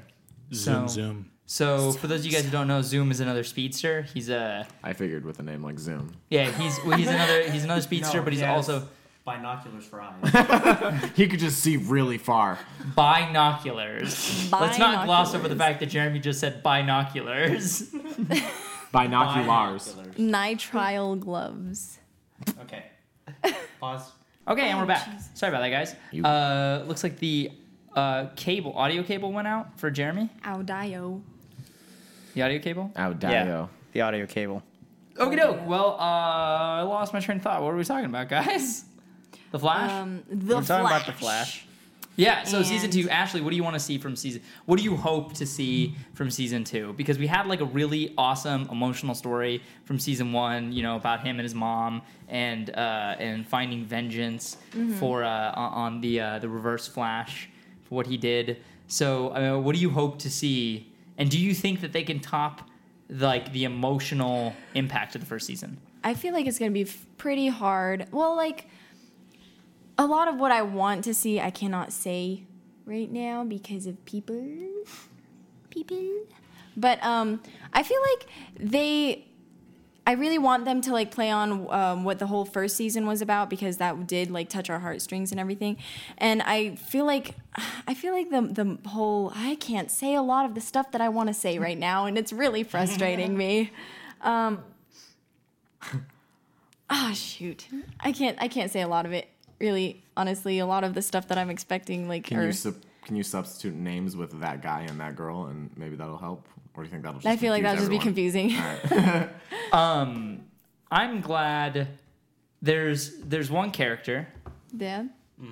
So- Zoom, zoom. So for those of you guys who don't know, Zoom is another speedster. He's a I figured with a name like Zoom. yeah, he's well, he's another he's another speedster, No, but he's he has also Binoculars for [laughs] eyes. He could just see really far. binoculars. Let's not gloss over the Binoculars. fact that Jeremy just said binoculars. [laughs] Binoculars. Nitrile gloves. Okay. Pause. Okay, and we're Oh, back. Jesus. Sorry about that, guys. You- Uh, looks like the uh, cable, audio cable went out for Jeremy. Audio. The audio cable. Out Yeah. Dio. The audio cable. Oh, Okay, doke. Well, uh, I lost my train of thought. What were we talking about, guys? The Flash. Um, the We're flash. talking about the Flash. yeah. So season and- two, Ashley, what do you want to see from season? What do you hope to see from season two? Because we had like a really awesome emotional story from season one. You know about him and his mom and uh, and finding vengeance for uh, on on the uh, the Reverse Flash for what he did. So uh, what do you hope to see? And do you think that they can top like the emotional impact of the first season? I feel like it's gonna be f- pretty hard. Well, like a lot of what I want to see, I cannot say right now because of people, people. But um, I feel like they. I really want them to like play on um, what the whole first season was about because that did like touch our heartstrings and everything, and I feel like I feel like the the whole I can't say a lot of the stuff that I want to say right now, and it's really frustrating me. Um, [laughs] Ah, shoot. I can't. I can't say a lot of it. Really, honestly, a lot of the stuff that I'm expecting, like, Can or, you sub- can you substitute names with that guy and that girl and maybe that'll help? Or do you think that'll just I feel like that'll confuse just be everyone? confusing. Um, I'm glad there's there's one character yeah.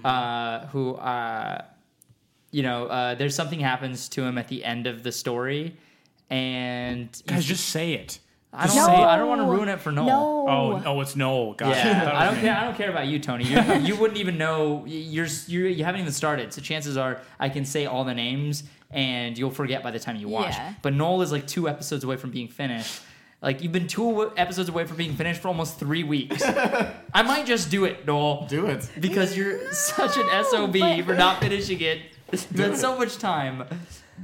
uh, who uh, you know uh, there's something happens to him at the end of the story, and Guys, just say it. I don't No. say, I don't want to ruin it for Noel. No. Oh, no, it's Noel. Gotcha. Yeah, That I was don't me. care. I don't care about you, Tony. [laughs] You, you wouldn't even know. y- You're, s- you're you haven't even started. So chances are I can say all the names and you'll forget by the time you watch. Yeah. But Noel is like two episodes away from being finished. Like you've been two w- episodes away from being finished for almost three [laughs] weeks. I might just do it, Noel, Do it. because you're such an sob but- for not finishing [laughs] it. That's so much time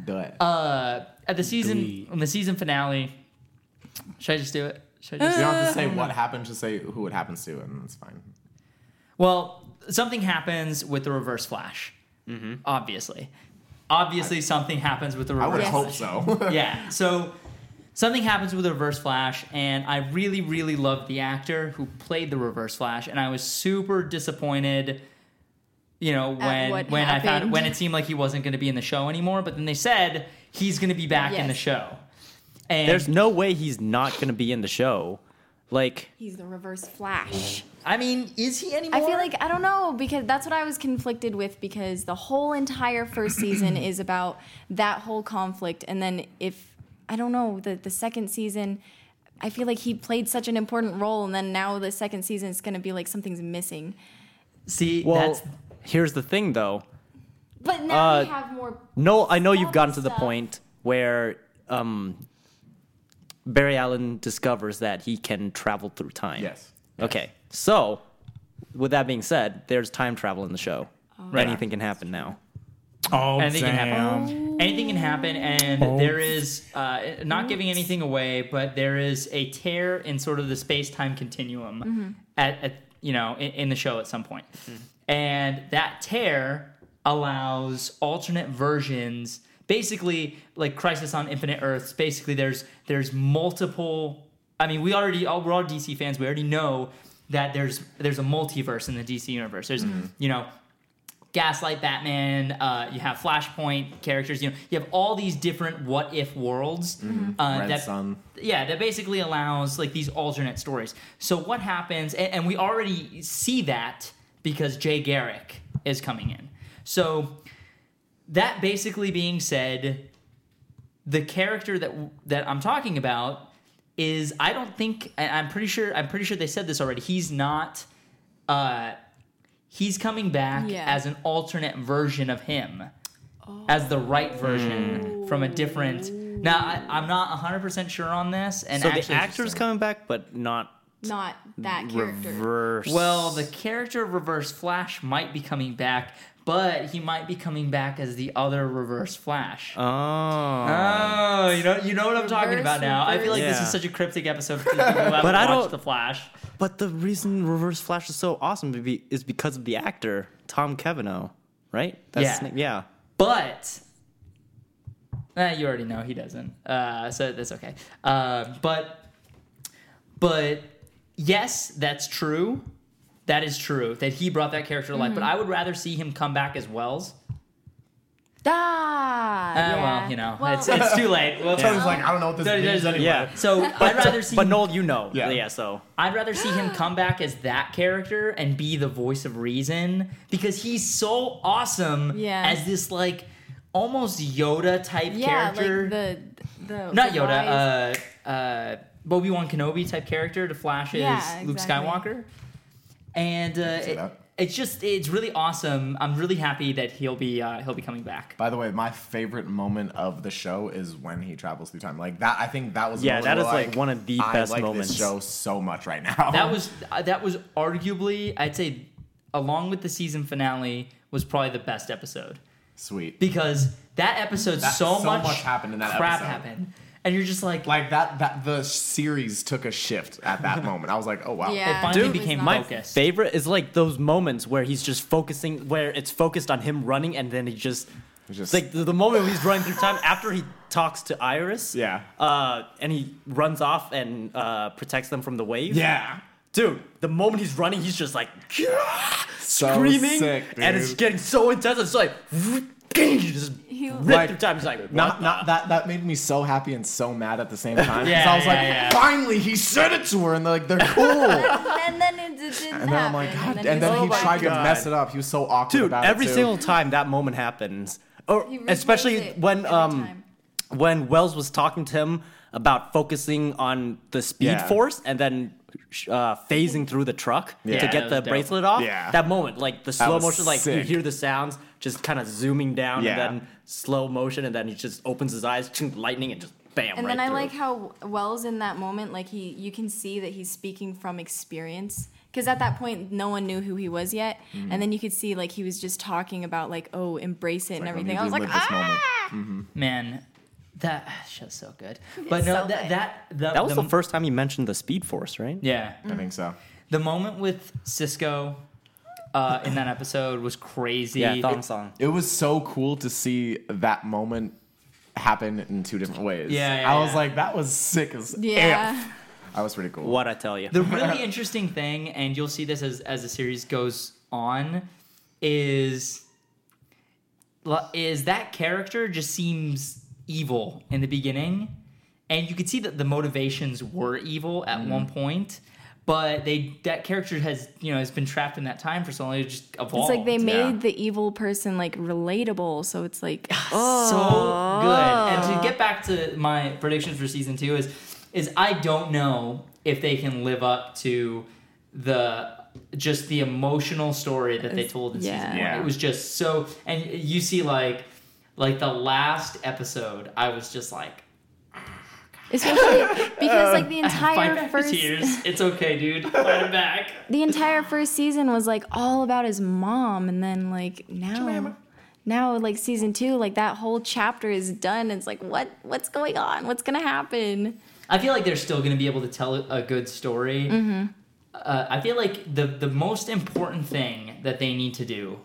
Do it. uh, at the season Glee. on the season finale. Should I just do it? Should I just you don't have to say what happened, just say who it happens to, and that's fine. Well, something happens with the Reverse Flash. Obviously, obviously something happens with the I would Reverse. Yes. hope so. [laughs] yeah. So something happens with the Reverse Flash, and I really, really loved the actor who played the Reverse Flash, and I was super disappointed. You know when what when I found happened. when it seemed like he wasn't going to be in the show anymore, but then they said he's going to be back in Yes. the show. And There's no way he's not going to be in the show. Like, He's the reverse flash. I mean, is he anymore? I feel like I don't know because that's what I was conflicted with because the whole entire first season [clears throat] is about that whole conflict and then if I don't know the the second season I feel like he played such an important role and then now the second season is going to be like something's missing. see well, that's here's the thing though. But now Uh, we have more No, I know you've Some gotten to the stuff. point where um, Barry Allen discovers that he can travel through time. yes. Okay. So, with that being said, there's time travel in the show. Right. Anything can happen now. Oh, Anything can happen. damn. anything can happen and Oh. there is uh, not giving anything away but there is a tear in sort of the space-time continuum at, at you know in, in the show at some point and that tear allows alternate versions basically like crisis on infinite earths basically there's there's multiple i mean we already all, we're all dc fans we already know that there's there's a multiverse in the dc universe there's you know Gaslight Batman, uh, you have Flashpoint characters, you know, you have all these different what if worlds. Uh, Red that, Sun. Yeah, that basically allows like these alternate stories. So what happens, and, and we already see that because Jay Garrick is coming in. So that basically being said, the character that that I'm talking about is I don't think, and I'm pretty sure I'm pretty sure they said this already. He's not uh, he's coming back Yeah. as an alternate version of him, as the right version Hmm. from a different. Now I, I'm not 100 percent sure on this, and so the actually, actor's coming back, but not Not that character. reverse. Well, the character of Reverse Flash might be coming back, but he might be coming back as the other Reverse Flash. oh, uh, Oh, you know, you know what I'm talking Reverse, about now. I feel like this is reverse. such a cryptic episode for people [laughs] who haven't But I watched don't- The Flash. but the reason Reverse Flash is so awesome be- be- is because of the actor Tom Cavanaugh, right? Yeah. his name- yeah. But eh, you already know he doesn't, uh, so that's okay. Uh, but but yes, that's true. That is true that he brought that character to life. Mm-hmm. But I would rather see him come back as Wells. Eh, Ah, Uh, yeah. Well, you know, Well, it's, it's too late. Well, I was like, I don't know what this Don't- means don't- anyway. Yeah. [laughs] So I'd rather see But him- Noel, you know, Yeah. yeah. so I'd rather see him come back as that character and be the voice of reason because he's so awesome Yeah. as this like almost Yoda type [laughs] yeah, character. like the the Not the Yoda, wise- uh uh Obi Wan Kenobi type character to Flash as Yeah, Luke exactly. Skywalker. And uh, see it- that. it's just it's really awesome. I'm really happy that he'll be uh, he'll be coming back. By the way, my favorite moment of the show is when he travels through time. Like that, I think that was. a Yeah, moment that where, is, like, one of the I best like moments. This show so much right now. That was uh, that was arguably I'd say along with the season finale was probably the best episode. [laughs] sweet. because that episode That- so, so much, much happened in that crap episode. happened, and you're just like, Like that, that the series took a shift at that moment. I was like, oh wow. Yeah. it finally Dude, became my focused. favorite is like those moments where he's just focusing, where it's focused on him running, and then he just, It's just- like the, the moment where he's running through time after he talks to Iris, Yeah. uh, and he runs off and uh, protects them from the wave, Yeah. Dude, the moment he's running, he's just like So screaming, sick, dude. and it's getting so intense. It's like [laughs] you just He- rip Like, through time. It's like Not, not, not that that made me so happy and so mad at the same time. 'Cause Yeah, I was like, yeah, yeah. finally he said it to her, and they're like, they're cool. and then [laughs] it didn't happen. And then I'm like, God. And then, he's he like- "Oh tried to God. mess it up. He was so awkward dude. about Every it. too. single time that moment happens, or He regrets especially it when every um time. when Wells was talking to him about focusing on the speed Yeah. force and then uh, phasing through the truck Yeah, to that get was the dope. bracelet off. Yeah. That moment, like the slow was motion, like you sick. hear the sounds just kind of zooming down Yeah. and then slow motion, and then he just opens his eyes, lightning, and just bam. And right then I through. like how Wells in that moment, like he, you can see that he's speaking from experience. Because at that point, no one knew who he was yet, Mm-hmm. and then you could see like he was just talking about like, oh, embrace it and like, I everything. need to I was like, live this moment. ah, man, that [sighs] show's so good. But no, that, so good. that the, That was the, first time you mentioned the Speed Force, right? yeah. I think so. The moment with Cisco uh, in that episode was crazy. song. It was so cool to see that moment happen in two different ways. Yeah, yeah, I was yeah. like, that was sick as yeah. F. That was pretty cool. What I tell you. The really interesting thing, and you'll see this as as the series goes on, is l- is that character just seems evil in the beginning, and you could see that the motivations were evil at one point, but they that character has you know has been trapped in that time for so long, it just It's evolved. like they made yeah. the evil person like relatable, so it's like, [laughs] oh, so good. And to get back to my predictions for season two is is I don't know if they can live up to the just the emotional story that they told in Yeah. season one. Yeah. It was just so and you see like like the last episode, I was just like especially because [laughs] like the fight entire back first the [laughs] tears. It's okay, dude. Fight it back. the entire first season was like all about his mom and then like now now like season two like that whole chapter is done it's like what what's going on what's gonna happen I feel like they're still going to be able to tell a good story. Mm-hmm. Uh, I feel like the the most important thing that they need to do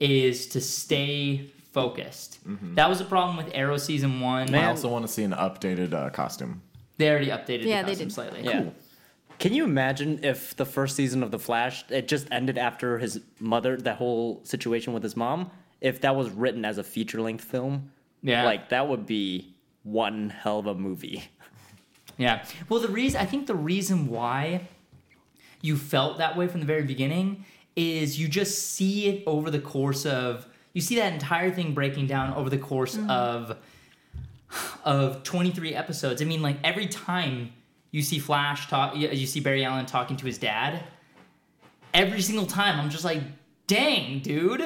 is to stay focused. Mm-hmm. That was a problem with Arrow season one. I also want to see an updated uh, costume. They already updated Yeah, the they costume did. slightly. Yeah. Can you imagine if the first season of The Flash it just ended after his mother, that whole situation with his mom? If that was written as a feature length film, Yeah. like that would be one hell of a movie. Yeah. Well, the reason I think the reason why you felt that way from the very beginning is you just see it over the course of you see that entire thing breaking down over the course of of 23 episodes. I mean, like every time you see Flash talk you you see Barry Allen talking to his dad every single time I'm just like, dang, dude.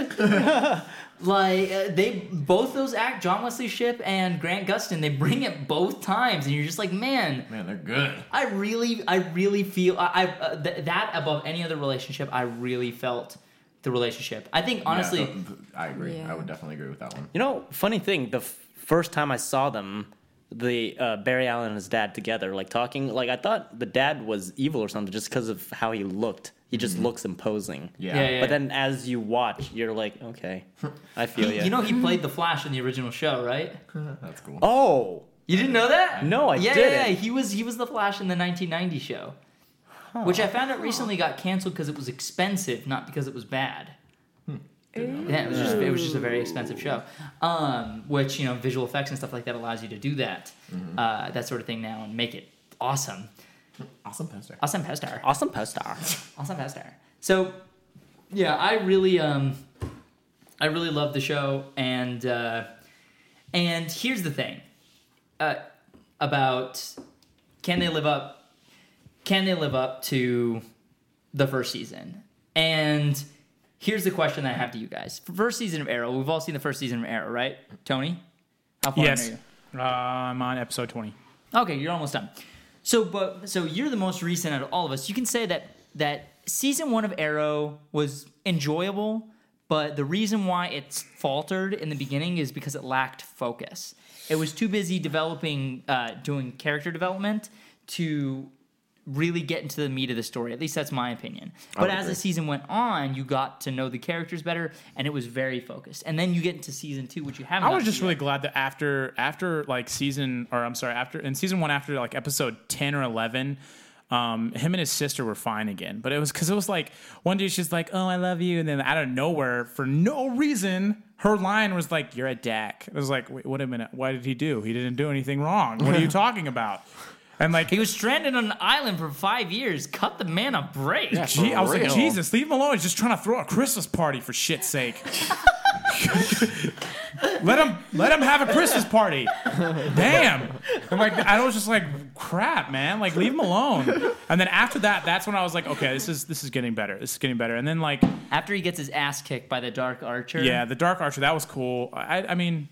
like uh, they both those act John Wesley Ship and Grant Gustin, they bring it both times, and you're just like, man, Man, they're good. I really, I really feel I, I uh, th- that above any other relationship. I really felt the relationship. I think honestly, Yeah, th- th- I agree. Yeah. I would definitely agree with that one. You know, funny thing, the f- first time I saw them, the uh, Barry Allen and his dad together, like talking, like I thought the dad was evil or something just because of how he looked. He just looks imposing. Yeah. Yeah, yeah. But then as you watch, you're like, okay, I feel you. [laughs] you know, he played the Flash in the original show, right? That's cool. oh, You didn't know that? No, I yeah, didn't. Yeah, yeah, he was he was the Flash in the 1990 show, which I found out recently got canceled because it was expensive, not because it was bad. Hmm. Yeah, it was just it was just a very expensive show, um, which you know visual effects and stuff like that allows you to do that uh, that sort of thing now and make it awesome, Awesome poster. awesome poster, awesome post star. awesome poster. So yeah, I really um, I really love the show, and uh, and here's the thing uh, about can they live up can they live up to the first season and here's the question that i have to you guys first season of arrow we've all seen the first season of arrow right tony how far in Yes. are you Uh, I'm on episode 20. Okay, you're almost done. So, but so you're the most recent out of all of us. You can say that that season one of Arrow was enjoyable, but the reason why it faltered in the beginning is because it lacked focus. It was too busy developing, uh, doing character development to really get into the meat of the story. At least that's my opinion. But would as the agree. season went on, you got to know the characters better, and it was very focused. And then you get into season two, which you haven't. I gotten was just to really yet. glad that after after like season or I'm sorry after in season one after like episode ten or eleven. Um, him and his sister were fine again, but it was because it was like one day she's like, "Oh, I love you," and then out of nowhere, for no reason, her line was like, "You're a Dak." I was like, "Wait, wait a minute, what did he do? He didn't do anything wrong. What [laughs] are you talking about?" And like, He was stranded on an island for five years. Cut the man a break. Gee, I was like, real. Jesus, leave him alone. He's just trying to throw a Christmas party for shit's sake. [laughs] let him let him have a Christmas party. Damn. I'm like, I was just like, crap, man. Like, leave him alone. And then after that, that's when I was like, okay, this is this is getting better. This is getting better. And then like, After he gets his ass kicked by the Dark Archer. yeah, the Dark Archer, that was cool. I I mean,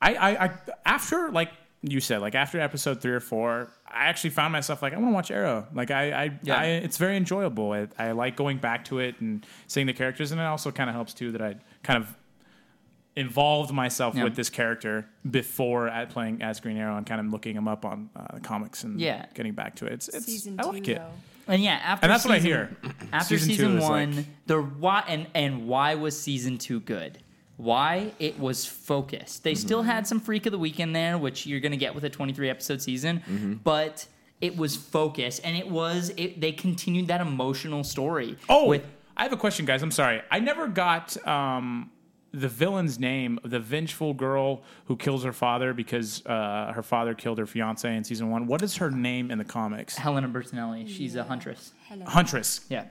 I I, I after like you said, like after episode three or four, I actually found myself like I want to watch Arrow. Like I I, Yeah. I it's very enjoyable. I, I like going back to it and seeing the characters, and it also kind of helps too that I kind of involved myself Yeah. with this character before at playing as Green Arrow and kind of looking him up on uh, comics and Yeah. getting back to it. It's, it's Season I two, like it. though. And yeah, after And that's what I season- hear. After Season two season, is one, like- the why and and why was season two good? Why it was focused. Mm-hmm. They still had some freak of the week in there, which you're gonna get with a 23 episode season, Mm-hmm. but it was focused and it was it, they continued that emotional story. Oh, with I have a question, guys. I'm sorry. I never got um, the villain's name, the vengeful girl who kills her father because uh, her father killed her fiance in season one. What is her name in the comics? Helena Bertinelli. She's a huntress. Huntress. Yeah.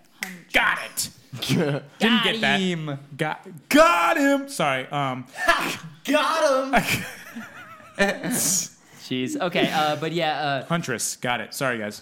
Got it. Didn't get that. Him. Got got him. Sorry. [laughs] Um, Got him. Jeez. Okay. Uh, but yeah. Uh, Huntress. Got it. Sorry, guys.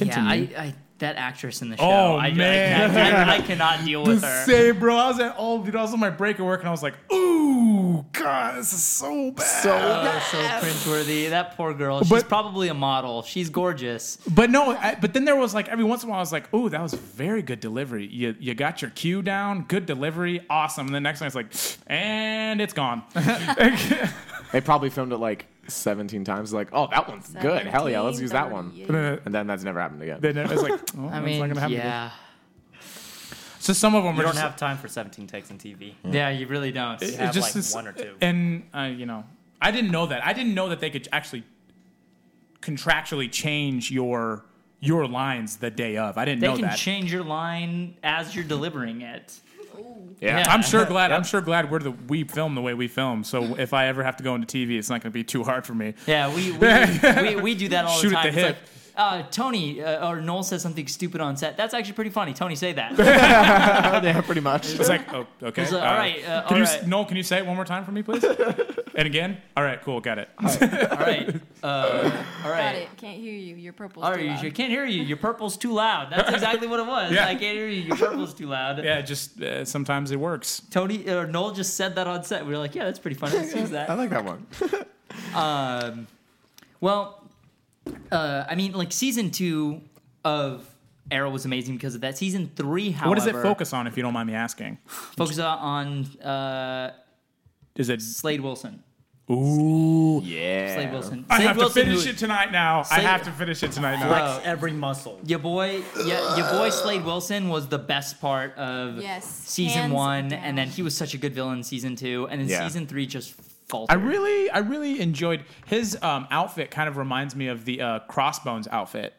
Yeah, I, I that actress in the show. Oh, I, I- man. I, [laughs] I cannot deal with her. Same, bro. I was at all, dude. I was on my break at work, and I was like, "Ooh, God, this is so bad." Oh, so cringeworthy. That poor girl. She's But- probably a model. She's gorgeous. But no, I, but then there was like every once in a while I was like, "Oh, that was very good delivery. You you got your cue down, good delivery, awesome." And the next thing it's like, and [laughs] it's gone. They probably filmed it like 17 times. Like, oh, that one's good. Hell yeah, let's use that one. 17, and And then that's never happened again. then it's like, [laughs] oh, I that's mean, not gonna happen. again. yeah, So some of them You are don't just, have time for 17 takes in TV. You yeah. You really don't. it- it have just like this- one or two. and uh, you know, I didn't know that. I didn't know that they could actually contractually change your your lines the day of. I didn't They know can that. change your line as you're delivering it. yeah. Yeah. Mm-hmm. I'm sure glad. I'm sure glad we're the we film the way we film. So if I ever have to go into TV, it's not going to be too hard for me. Yeah, we we, we, we do that all Shoot the at time. the it's like, hip. uh, Tony uh, or Noel says something stupid on set. That's actually pretty funny. Tony, say [laughs] that. yeah, pretty much. It's like, oh, okay. It's like, all right, uh, can all you, s- right. Noel, can you say it one more time for [laughs] me, please? and again? All right, cool, got it. all right, uh, all Got right. it. Can't hear you. Your purple's All too right, loud. I can't hear you. Your purple's too loud. [laughs] That's exactly what it was. Yeah. I can't hear you. Your purple's too loud. Yeah, just uh, sometimes it works. Tony or Noel just said that on set. We were like, yeah, that's pretty funny. Let's use that. [laughs] I like that one. Um, well, uh, I mean, like season two of Arrow was amazing because of that. Season three, however, what does it focus on, if you don't mind me asking? focus on? Uh, Is it. Slade Wilson. Ooh. Yeah. Slade Wilson. I Slade have Wilson, to finish who- it tonight now. I Slade- have to finish it tonight now. Flex every muscle. Your boy, yeah, your boy Slade Wilson was the best part of Yes, season hands one, down. and then he was such a good villain in season two, and then Yeah. season three just faltered. I really, I really enjoyed his um, outfit. Kind of reminds me of the uh, Crossbones outfit.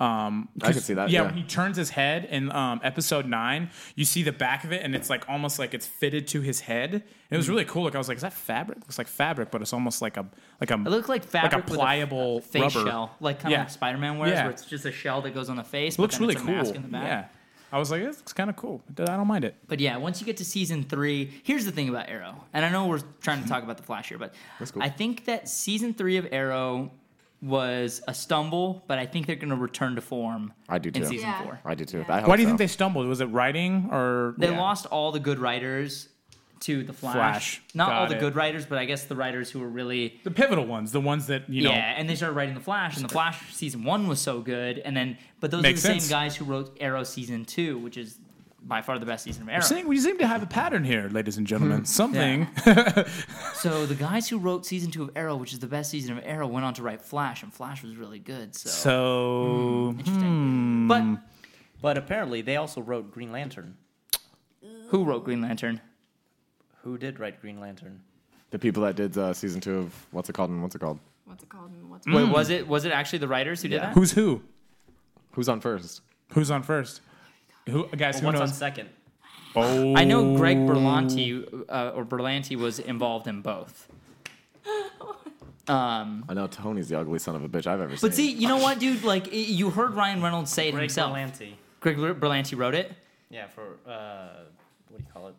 Um, I could see that, Yeah, yeah. when he turns his head in um, episode nine, you see the back of it, and it's like almost like it's fitted to his head. And it Hmm. was really cool. Like I was like, is that fabric? Looks like fabric, but it's almost like a like a It looked like fabric like a pliable with a face rubber. shell, like kind of Yeah. like Spider-Man wears, Yeah. where it's just a shell that goes on the face. It looks but then really it's a cool. Mask in the back. Yeah, I was like, this looks kind of cool. I don't mind it. But yeah, once you get to season three, here's the thing about Arrow, and I know we're trying to talk about the Flash here, but cool. I think that season three of Arrow was a stumble, but I think they're going to return to form. I do in too. season Yeah. four. I do too. Yeah. I hope Why do you so. think they stumbled? Was it writing or They Yeah. lost all the good writers to the Flash. Flash. Not all Got the it. good writers, but I guess the writers who were really the pivotal ones? The ones that you know. yeah, and they started writing the Flash, and the Flash season one was so good, and then but those Makes are the sense. same guys who wrote Arrow season two, which is by far the best season of Arrow. Seeing, we seem to have a pattern here, ladies and gentlemen. Hmm. Something. So the guys who wrote season two of Arrow, which is the best season of Arrow, went on to write Flash, and Flash was really good. So, [laughs] Hmm. So Hmm. interesting. But But apparently, they also wrote Green Lantern. who wrote Green Lantern? Who did write Green Lantern? the people that did uh, season two of what's it called and what's it called? What's it called? And what's Wait, was it was it actually the writers who did that? who's who? Who's on first? Who's on first? Who guys? What's who on knows? second? oh, I know Greg Berlanti uh, or Berlanti was involved in both. Um, I know Tony's the ugly son of a bitch I've ever seen. but see, you know what, dude? Like i- you heard Ryan Reynolds say it Greg himself. Berlanti. Greg Ber- Berlanti wrote it. Yeah, for uh, what do you call it?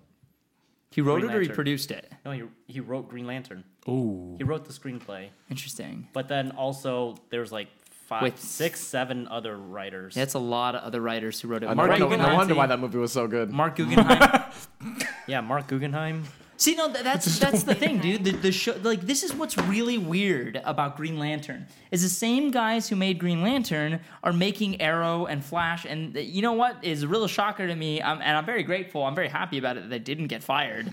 He wrote Green it or he Lantern. produced it. No, he he wrote Green Lantern. Ooh. He wrote the screenplay, Interesting. but then also there's like five, Wait. six, seven other writers. That's a lot of other writers who wrote it. I Mark wonder, no Guggenheim. wonder why that movie was so good. Mark Guggenheim. [laughs] yeah, Mark Guggenheim. See, no, th- that's that's the thing, dude. The, the show, like, this is what's really weird about Green Lantern is the same guys who made Green Lantern are making Arrow and Flash, and th- you know what is a real shocker to me, um, and I'm very grateful. I'm very happy about it that they didn't get fired.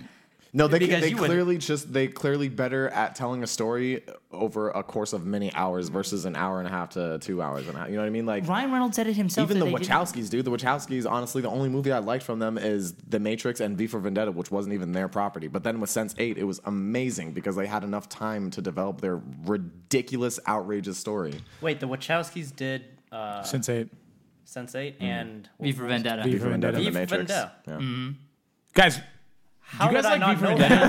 No, they, Because they you would- clearly just they clearly better at telling a story over a course of many hours versus an hour and a half to two hours and a half. You know what I mean? Like Ryan Reynolds said it himself. even that the they didn't- Wachowskis, dude. The Wachowskis, honestly, the only movie I liked from them is The Matrix and V for Vendetta, which wasn't even their property. But then with Sense Eight, it was amazing because they had enough time to develop their ridiculous, outrageous story. Wait, the Wachowskis did uh, Since eight. Sense8 Hmm. and V for Vendetta. V for Vendetta, V and for The Matrix. Vendetta. Yeah. Mm-hmm. Guys, How you guys did I like not V for know Vendetta?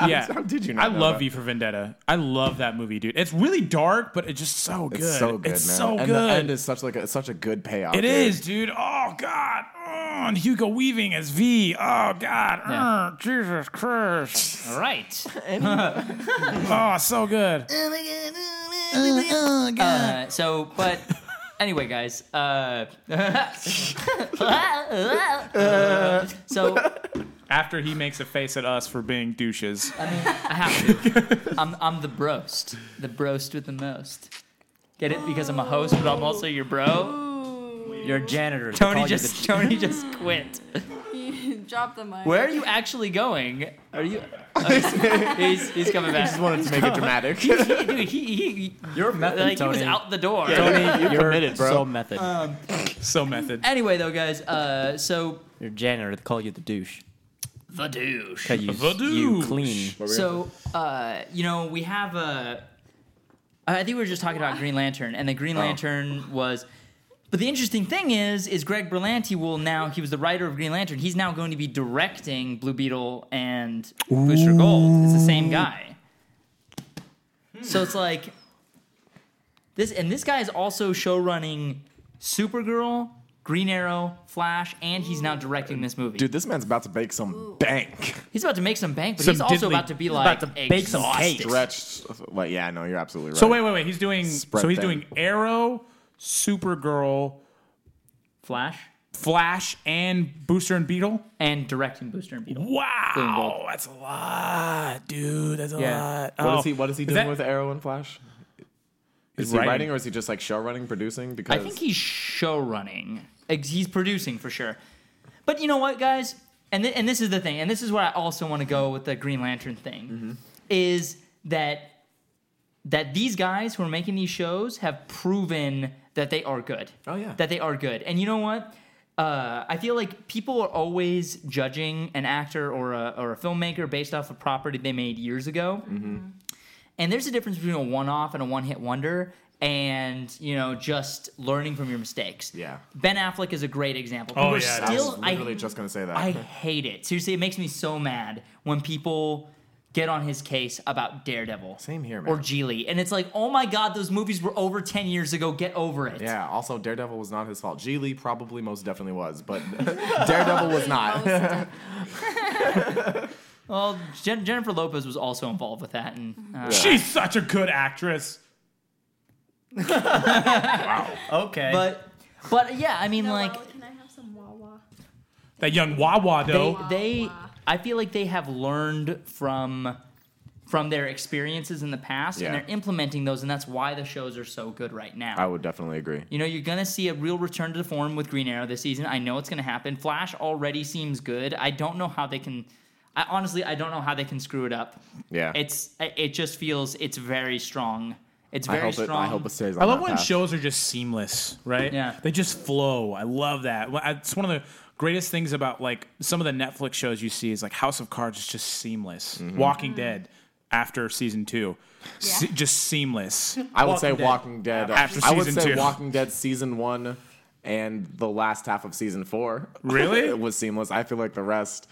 that? yeah. How did you not I know love that? V for Vendetta. I love that movie, dude. It's really dark, but it's just so good. It's so good, It's man. so and good. the end is such like a, such a good payoff. It dude. is, dude. Oh God. Oh, and Hugo Weaving as V. Oh God. Yeah. Oh, Jesus Christ. All right. Oh, [laughs] so good. Uh, so, [laughs] but anyway, guys. Uh, [laughs] so After he makes a face at us for being douches. I have to. I'm, I'm the brost. The brost with the most. Get it? Because I'm a host, but I'm also your bro. Your janitor. They Tony call you just [laughs] Tony just quit. [laughs] Drop the mic. Where are you actually going? Are you? oh, [laughs] he's- he's, he's coming back. wanted to make it dramatic. He- dude, he, he, he, You're method, like, he was Tony. out the door. Tony, you're committed, bro. So method. So method. Anyway, though, guys. Uh, so Your janitor. They call you the douche. the douche. 'Cause you, The you douche. clean. So uh, you know we have a. I think we were just talking about Green Lantern, and the Green Lantern was. But the interesting thing is, is Greg Berlanti will now he was the writer of Green Lantern. He's now going to be directing Blue Beetle and Booster Gold. It's the same guy. So it's like This and this guy is also show running Supergirl, Green Arrow, Flash, and he's now directing this movie. Dude, this man's about to bake some bank. He's about to make some bank, but Some he's also diddly- about to be he's like about to bake some cake. Stretched. Like, yeah, no, you're absolutely right. So wait, wait, wait. He's doing. Spread so he's thin. doing Arrow, Supergirl, Flash Flash, and Booster and Beetle. and directing Booster and Beetle. Doing Wow, both. that's a lot, dude. That's a Yeah. lot. What Oh. is he? What is he Is doing that- with Arrow and Flash? Is He's he writing. writing. or is he just like show running, producing? Because I think he's show running. Ex- He's producing for sure. But you know what, guys? And th- and this is the thing, and this is where I also want to go with the Green Lantern thing, Mm-hmm. is that that these guys who are making these shows have proven that they are good. Oh, yeah. that they are good. And you know what? Uh, I feel like people are always judging an actor or a or a filmmaker based off a property they made years ago. And there's a difference between a one-off and a one-hit wonder, and you know, just learning from your mistakes. Yeah. Ben Affleck is a great example. Oh, People yeah, are that I was still, I, literally just gonna say that. I hate it. Seriously, it makes me so mad when people get on his case about Daredevil. Same here, Or man. Geely, and it's like, oh my god, those movies were over ten years ago. Get over it. yeah. Also, Daredevil was not his fault. Geely probably most definitely was, but [laughs] Daredevil [laughs] was not. [laughs] Well, Jen- Jennifer Lopez was also involved with that, and uh, She's such a good actress. Okay. but but yeah, I mean, like can I have some Wawa? That young Wawa they, though. they I feel like they have learned from from their experiences in the past, and Yeah. they're implementing those, and that's why the shows are so good right now. I would definitely agree. You know, you're going to see a real return to the form with Green Arrow this season. I know it's going to happen. Flash already seems good. I don't know how they can. I honestly, I don't know how they can screw it up. Yeah. It's it just feels it's very strong. It's I very hope it. strong. I hope it stays. On I love that when path. shows are just seamless, right? Yeah. They just flow. I love that. Well, I- It's one of the greatest things about like some of the Netflix shows you see is like House of Cards is just seamless. Mm-hmm. Walking Mm-hmm. Dead after season two, se- just [laughs] seamless. I would say Walking Walking Dead. Dead. uh, After I would season say two. Walking Dead season one and the last half of season four. Really? [laughs] it was seamless. I feel like the rest.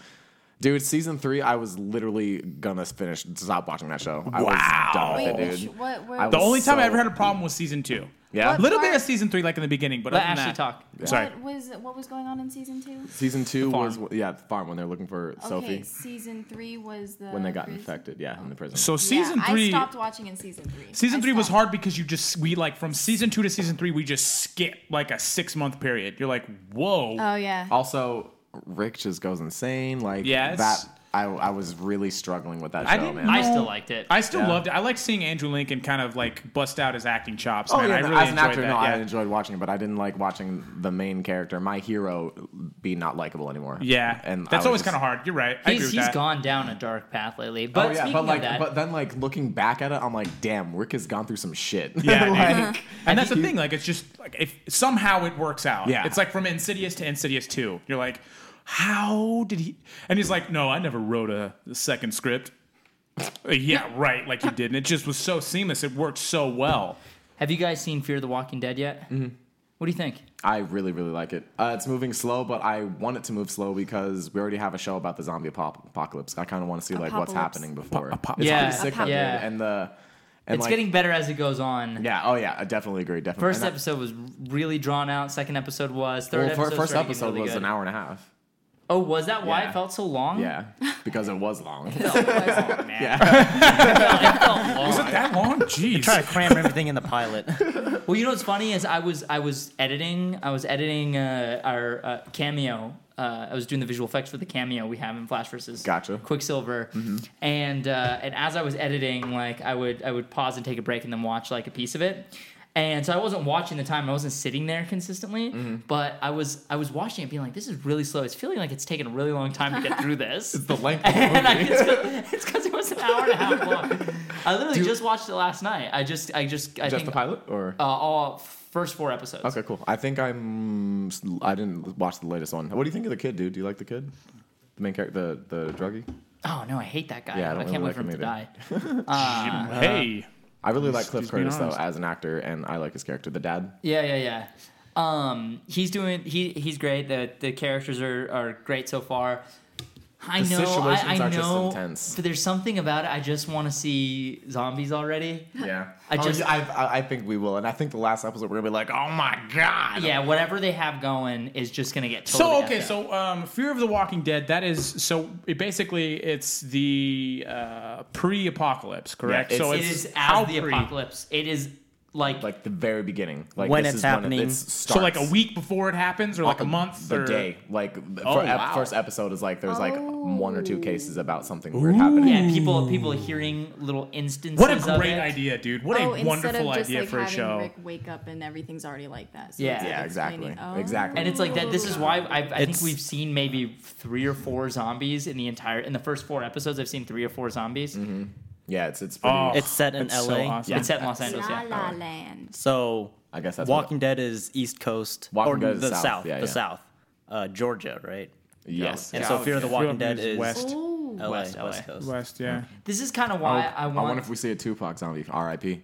Dude, season three, I was literally gonna finish, stop watching that show. I Wow. was done with Wait, it, which, dude. what? Where, I The was only time I so- ever had a problem was season two. Yeah, A What? little bit of season three, like in the beginning, but Let other than Ashley that- talk. Sorry. What was what was going on in season two? season two farm. was yeah, the farm when they're looking for Okay, Sophie season three was the when they got prison- infected. Yeah, in the prison. So season yeah, three, I stopped watching in season three. season I three was stopped. hard because you just we like from season two to season three we just skip like a six month period. You're like, whoa, Oh yeah. also, Rick just goes insane. Like Yes. that. I, I was really struggling with that I show, didn't man. I No. still liked it. I still Yeah. loved it. I like seeing Andrew Lincoln kind of like bust out his acting chops. Oh man. yeah, I no, really as an enjoyed actor, that. no, yeah. I enjoyed watching it, but I didn't like watching the main character, my hero, be not likable anymore. yeah, and that's I always was kind of just- hard. You're right. I agree He's, with he's that. gone down a dark path lately. But oh yeah, speaking but of like, that, but then like looking back at it, I'm like, damn, Rick has gone through some shit. [laughs] Yeah, dude. like, And that's the thing. Like, it's just like if somehow it works out. Yeah. it's like from Insidious to Insidious Two. You're like, how did he? And he's like, no, I never wrote a second script. [laughs] yeah, right. Like you didn't. It just was so seamless. It worked so well. have you guys seen Fear the Walking Dead yet? Mm-hmm. What do you think? I really, really like it. Uh, it's moving slow, but I want it to move slow because we already have a show about the zombie apop- apocalypse. I kind of want to see like what's Apocalypse. happening before. apop- it's Yeah. pretty sick, Apocalypse. dude, Yeah. and the and it's like, getting better as it goes on. yeah. Oh yeah, I definitely agree. Definitely. First And I- episode was really drawn out. Second episode was. Third well, fir- episode first started episode getting really was good. an hour and a half. Oh, was that why Yeah. it felt so long? [laughs] Yeah, because it was long. Oh, Was it that long? Jeez. try to cram everything in the pilot. [laughs] Well, you know what's funny is I was I was editing I was editing uh, our uh, cameo. Uh, I was doing the visual effects for the cameo we have in Flash versus Gotcha. Quicksilver, Mm-hmm. and uh, and as I was editing, like I would I would pause and take a break and then watch like a piece of it. And so I wasn't watching the time. I wasn't sitting there consistently, Mm-hmm. but I was I was watching it, being like, "This is really slow. It's feeling like it's taking a really long time to get [laughs] through this." the length. [laughs] and I, it's because it was an hour and a half long. I literally just watched it last night. I just, I just, I Just think the pilot, or Uh, all first four episodes. okay, cool. I think I'm. I didn't watch the latest one. What do you think of the kid, dude? Do you like the kid? The main character, the the druggie. Oh no, I hate that guy. Yeah, I, I don't can't really wait like for him, him to die. Ah, hey. I really like Cliff he's being Curtis though honest. as an actor, and I like his character, the dad. Yeah, yeah, yeah. Um, he's doing. He he's great. The the characters are are great so far. I The know, I, situations I are just know, intense. but there's something about it. I just want to see zombies already. Yeah. I Oh, just- yeah, I, I, I think we will, and I think the last episode we're gonna be like, oh my god. Yeah, whatever they have going is just gonna get totally So effed okay, up. so um, Fear of the Walking Dead. That is so it basically it's the uh, pre-apocalypse, correct? Yeah, so it is out of the pre? apocalypse. It is like, Like the very beginning, like When this it's is when it- happening. it So starts. like a week before it happens, or like a month, the or day. Like the Oh, fir- ep- wow. Oh. first episode is like there's like one or two cases about something weird happening. yeah, people people hearing little instances. What a of great it. idea, dude! What oh, a instead wonderful of just idea like for a having show. Rick wake up and everything's already like that. So Yeah. it's, like, Yeah, exactly. explaining- Oh. Exactly. And it's like that. This is why I, I think It's- we've seen maybe three or four zombies in the entire in the first four episodes. I've seen three or four zombies. Yeah, it's it's pretty. Oh, It's set in that's so LA. awesome. It's set in Los Angeles. La Yeah. La Land. So I guess that's Walking Dead is East Coast Walking or Dead is the south, South, yeah, the yeah. South, uh, Georgia, right? yes. And Yeah. so Fear of the Walking Fear Dead of the is West. Ooh. LA, West, West, LA. Coast. West, yeah. This is kind of why I, I want. wonder if we see a Tupac zombie. R.I.P.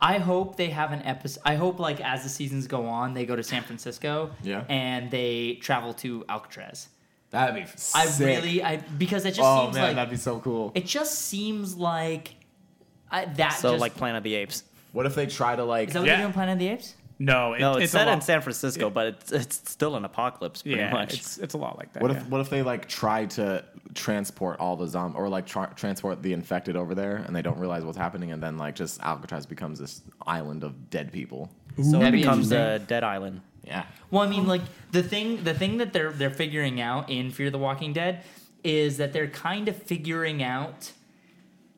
I hope they have an episode. I hope like as the seasons go on, they go to San Francisco. Yeah. And they travel to Alcatraz. That'd be. I sick. really, I because it just Oh seems man, like that'd be so cool. it just seems like I, that. So just, like Planet of the Apes. What if they try to like? is that what Yeah. they do in Planet of the Apes? No, it- No, it's, it's, a set in lot. San Francisco, but it's, it's still an apocalypse pretty yeah, much. it's it's a lot like that. What yeah. if what if they like try to transport all the zombies or like tra- transport the infected over there and they don't realize what's happening and then like just Alcatraz becomes this island of dead people. so it That'd be becomes a dead island. Yeah. Well, I mean, like the thing, the thing that they're they're figuring out in Fear the Walking Dead is that they're kind of figuring out,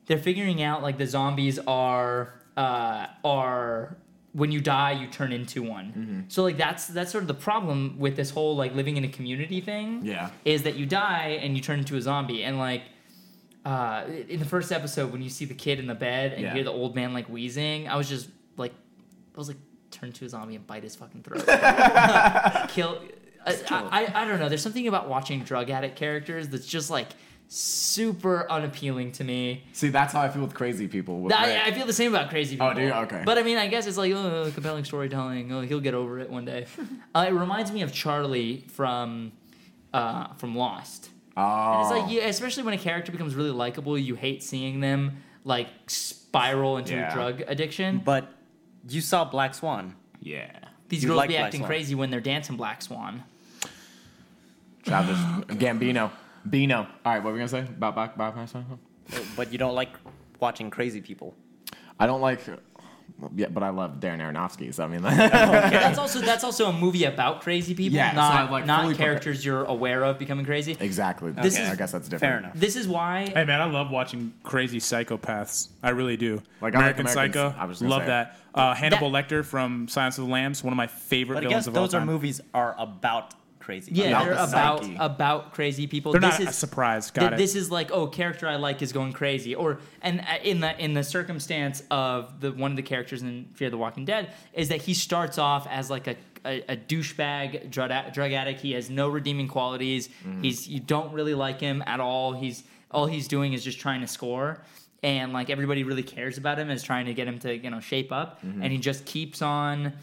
they're figuring out like the zombies are uh, are when you die you turn into one. Mm-hmm. So like that's that's sort of the problem with this whole like living in a community thing. Yeah. is that you die and you turn into a zombie and like. Uh, in the first episode, when you see the kid in the bed and Yeah. you hear the old man like wheezing, I was just like, I was like, turn to a zombie and bite his fucking [laughs] throat kill. I, I, I- I don't know. There's something about watching drug addict characters that's just like super unappealing to me. See, that's how I feel with crazy people. With Rick. I, I feel the same about crazy people. Oh, do you? Okay. But I mean, I guess it's like oh, compelling storytelling. Oh, he'll get over it one day. uh, it reminds me of Charlie from uh, from Lost. oh. And it's like, yeah, especially when a character becomes really likable, you hate seeing them like spiral into Yeah. drug addiction. But you saw Black Swan. yeah. These you girls like be Black acting Swan. crazy when they're dancing Black Swan. [laughs] Travis Gambino. Bino. All right, what were we gonna say about Black Black Panther? But you don't like watching crazy people. I don't like. Yeah, but I love Darren Aronofsky. So I mean, [laughs] That's also that's also a movie about crazy people, Yeah, so not I've, like, not fully prepared. characters you're aware of becoming crazy. exactly. This I is- guess that's different. Fair enough. This is why Hey man, I love watching crazy psychopaths. I really do. Like, I like American Americans. Psycho, I was gonna love say. that. Uh, Hannibal Lecter from Silence of the Lambs, one of my favorite But I villains guess of all those are time. movies are about crazy. yeah, About they're the about psyche. about crazy people. They're this not a is surprise. Got th- it. this is like oh, character I like is going crazy, or and uh, in the in the circumstance of the one of the characters in Fear the Walking Dead is that he starts off as like a a, a douchebag drug, a- drug addict. He has no redeeming qualities. Mm-hmm. He's you don't really like him at all. He's all he's doing is just trying to score. And like everybody really cares about him, is trying to get him to you know shape up, Mm-hmm. and he just keeps on,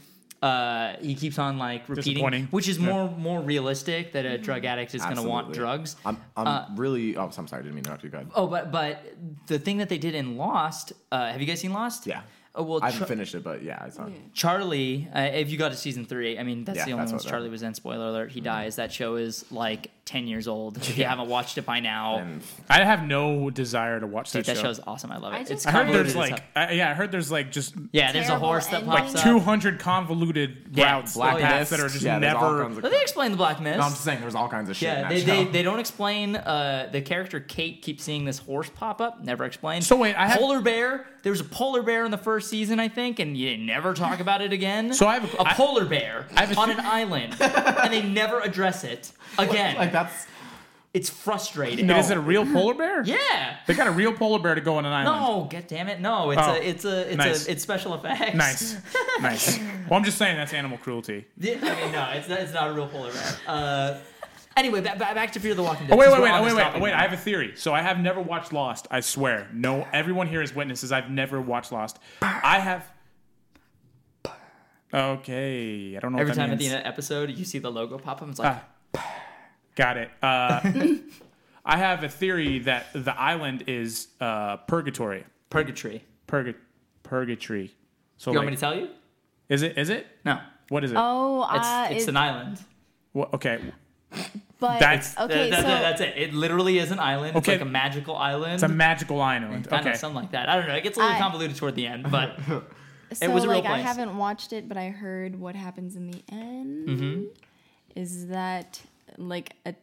uh, he keeps on like repeating, Disappointing. which is Yeah. Mm-hmm. more more realistic that a drug addict is going to want Absolutely. drugs. Uh, I'm, I'm really. Oh, I'm sorry. I didn't mean to interrupt you. Go ahead. Oh, but but the thing that they did in Lost, uh, have you guys seen Lost? Yeah. Oh well, I haven't Char- finished it, but yeah, I saw. it. Charlie, uh, if you got to season three, I mean that's Yeah, the only that's ones what- Mm-hmm. Charlie was in. Spoiler alert: he dies. That show is like ten years old. If you haven't watched it by now, And I have no desire to watch dude, that, that show. show's awesome. I love it. I just it's I heard convoluted there's as like, hell. I, yeah, I heard there's like just yeah, there's a terrible horse that ending. pops up. Like two hundred convoluted Yeah, routes, Black like paths Discs, that are just yeah, there's all never. kinds of- Well, they explain the black mist. No, I'm just saying there's all kinds of shit. yeah, in they, that they, show. they don't explain. Uh, the character Kate keeps seeing this horse pop up. Never explained. So wait, I have- polar bear. There was a polar bear in the first season, I think, and you never talk about it again. So I have a- a I- polar bear I have a- on an island, and they never address it again. like that's it's frustrating. Is it a real polar bear? Yeah. They got a real polar bear to go on an island. No, god damn it, no! It's Oh, a, it's a, it's nice. a, it's special effects. Nice, nice. Well, I'm just saying that's animal cruelty. [laughs] Yeah, I mean, no, it's not, it's not a real polar bear. Uh, anyway, ba- ba- back to Fear the Walking Dead. Oh, wait, since wait, we're wait, on oh, wait, this wait, topic wait. now. I have a theory. So I have never watched Lost. I swear. No, everyone here is witnesses. I've never watched Lost. I have. Okay, I Ah. don't know. Every what that time at the means. end of the episode, you see the logo pop up. It's like, [laughs] Ah. Got it. Uh, I have a theory that the island is uh, purgatory. Purgatory. Purg- purgatory. So Oh, You want like- me to tell you? is it? Is it? No. What is it? Oh, It's, uh, it's it- an island. What, okay. But that's- okay. That- that- so that's it. It literally is an island. It's Okay. like a magical island. It's a magical island. I don't Okay. know, something like that. I don't know. It gets a little I- convoluted toward the end, but [laughs] so was a real like I place. haven't watched it, but I heard what happens in the end. Is that like a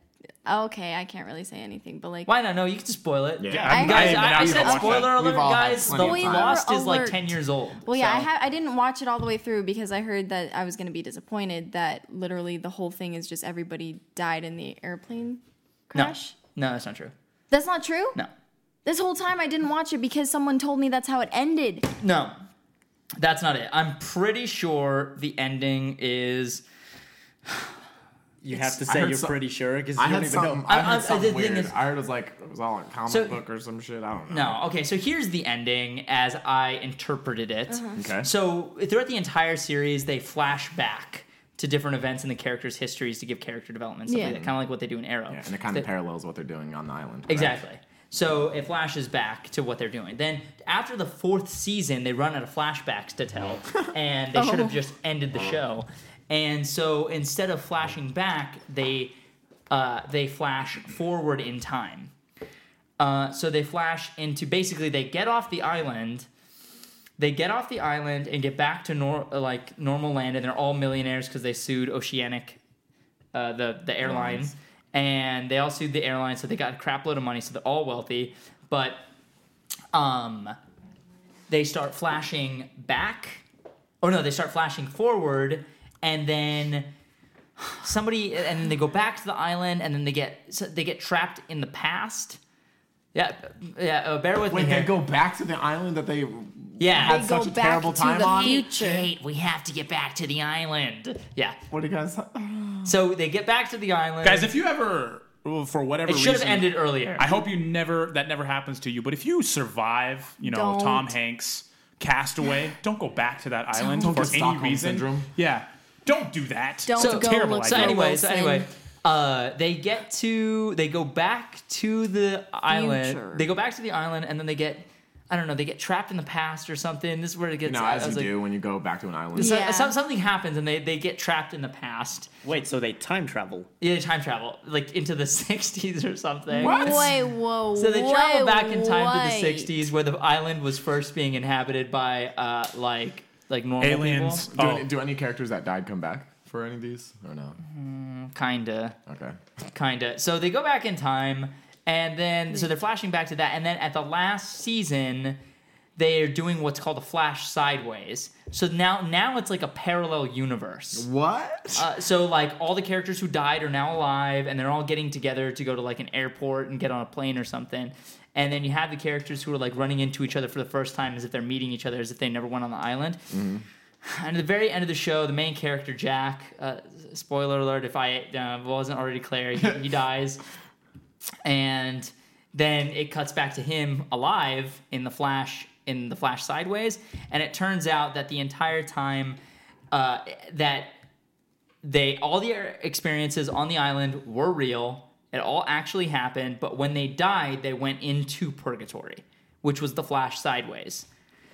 okay? I can't really say anything, but like why not? No, you can just spoil it. Yeah, I'm- I- guys, am I, I not gonna said watch that. spoiler alert, We've all had guys. The plenty of time. Lost is like Spoiler ten years old. Well, yeah, I so- ha- I didn't watch it all the way through because I heard that I was going to be disappointed that literally the whole thing is just everybody died in the airplane crash. No, no, that's not true. That's not true? No, This whole time I didn't watch it because someone told me that's how it ended. no, that's not it. I'm pretty sure the ending is. [sighs] You have to I heard say you're some- pretty sure because you I don't had even something. know. I I- I- heard the something thing weird. is- I heard it was like it was all in comic So- book or some shit. I don't know. No. Okay, so here's the ending as I interpreted it. Uh-huh. Okay. So throughout the entire series, they flash back to different events in the characters' histories to give character development. Stuff Yeah. like that, kind of like what they do in Arrow. Yeah, and it kind They- of parallels what they're doing on the island. right? Exactly. So it flashes back to what they're doing. Then after the fourth season, they run out of flashbacks to [laughs] tell, and they should have just ended the show. And so instead of flashing back, they uh, they flash forward in time. Uh, so they flash into basically they get off the island. They get off the island and get back to nor- like normal land, and they're all millionaires because they sued Oceanic uh, the the airline, and they all sued the airline, so they got a crap load of money, so they're all wealthy. But um, they start flashing back, or no, they start flashing forward, and then somebody, and then they go back to the island, and then they get so they get trapped in the past. Yeah, yeah. Uh, bear with Wait, me they here. go back to the island that they yeah, had go such a back terrible to time the on. future. Kate, we have to get back to the island. Yeah. What do you guys? [laughs] So they get back to the island. Guys, if you ever, well, for whatever it should have reason- ended earlier. I hope you never that never happens to you. But if you survive, you know Don't. Tom Hanks, [sighs] Castaway, don't go back to that island Don't for get any Stockholm reason. syndrome. Yeah, don't do that. Don't It's a go terrible look So idea. for anyway, so Wilson. anyway, uh, they get to they go back to the island. Future. They go back to the island, and then they get I don't know. They get trapped in the past or something. This is where it gets. You know, I as you was like- do when you go back to an island. So- Yeah. some- something happens, and they they get trapped in the past. Wait, so they time [laughs] travel? Yeah, they time travel like into the [laughs] '60s or something. Wait, whoa. So they travel wait, back in time to wait. the '60s, where the island was first being inhabited by uh, like like normal aliens. people. Do, Oh, any, do any characters that died come back for any of these Mm-hmm. or no? Kinda. Okay. kinda. So they go back in time, and then so they're flashing back to that, and then at the last season, they are doing what's called a flash sideways. So now now it's like a parallel universe. What? Uh, so like all the characters who died are now alive, and they're all getting together to go to like an airport and get on a plane or something. And then you have the characters who are like running into each other for the first time as if they're meeting each other as if they never went on the island. And at the very end of the show, the main character Jack, uh, spoiler alert if I uh, wasn't already clear, he, he dies. And then it cuts back to him alive in the flash in the flash sideways, and it turns out that the entire time uh, that they all their experiences on the island were real. It all actually happened, but when they died, they went into purgatory, which was the flash sideways.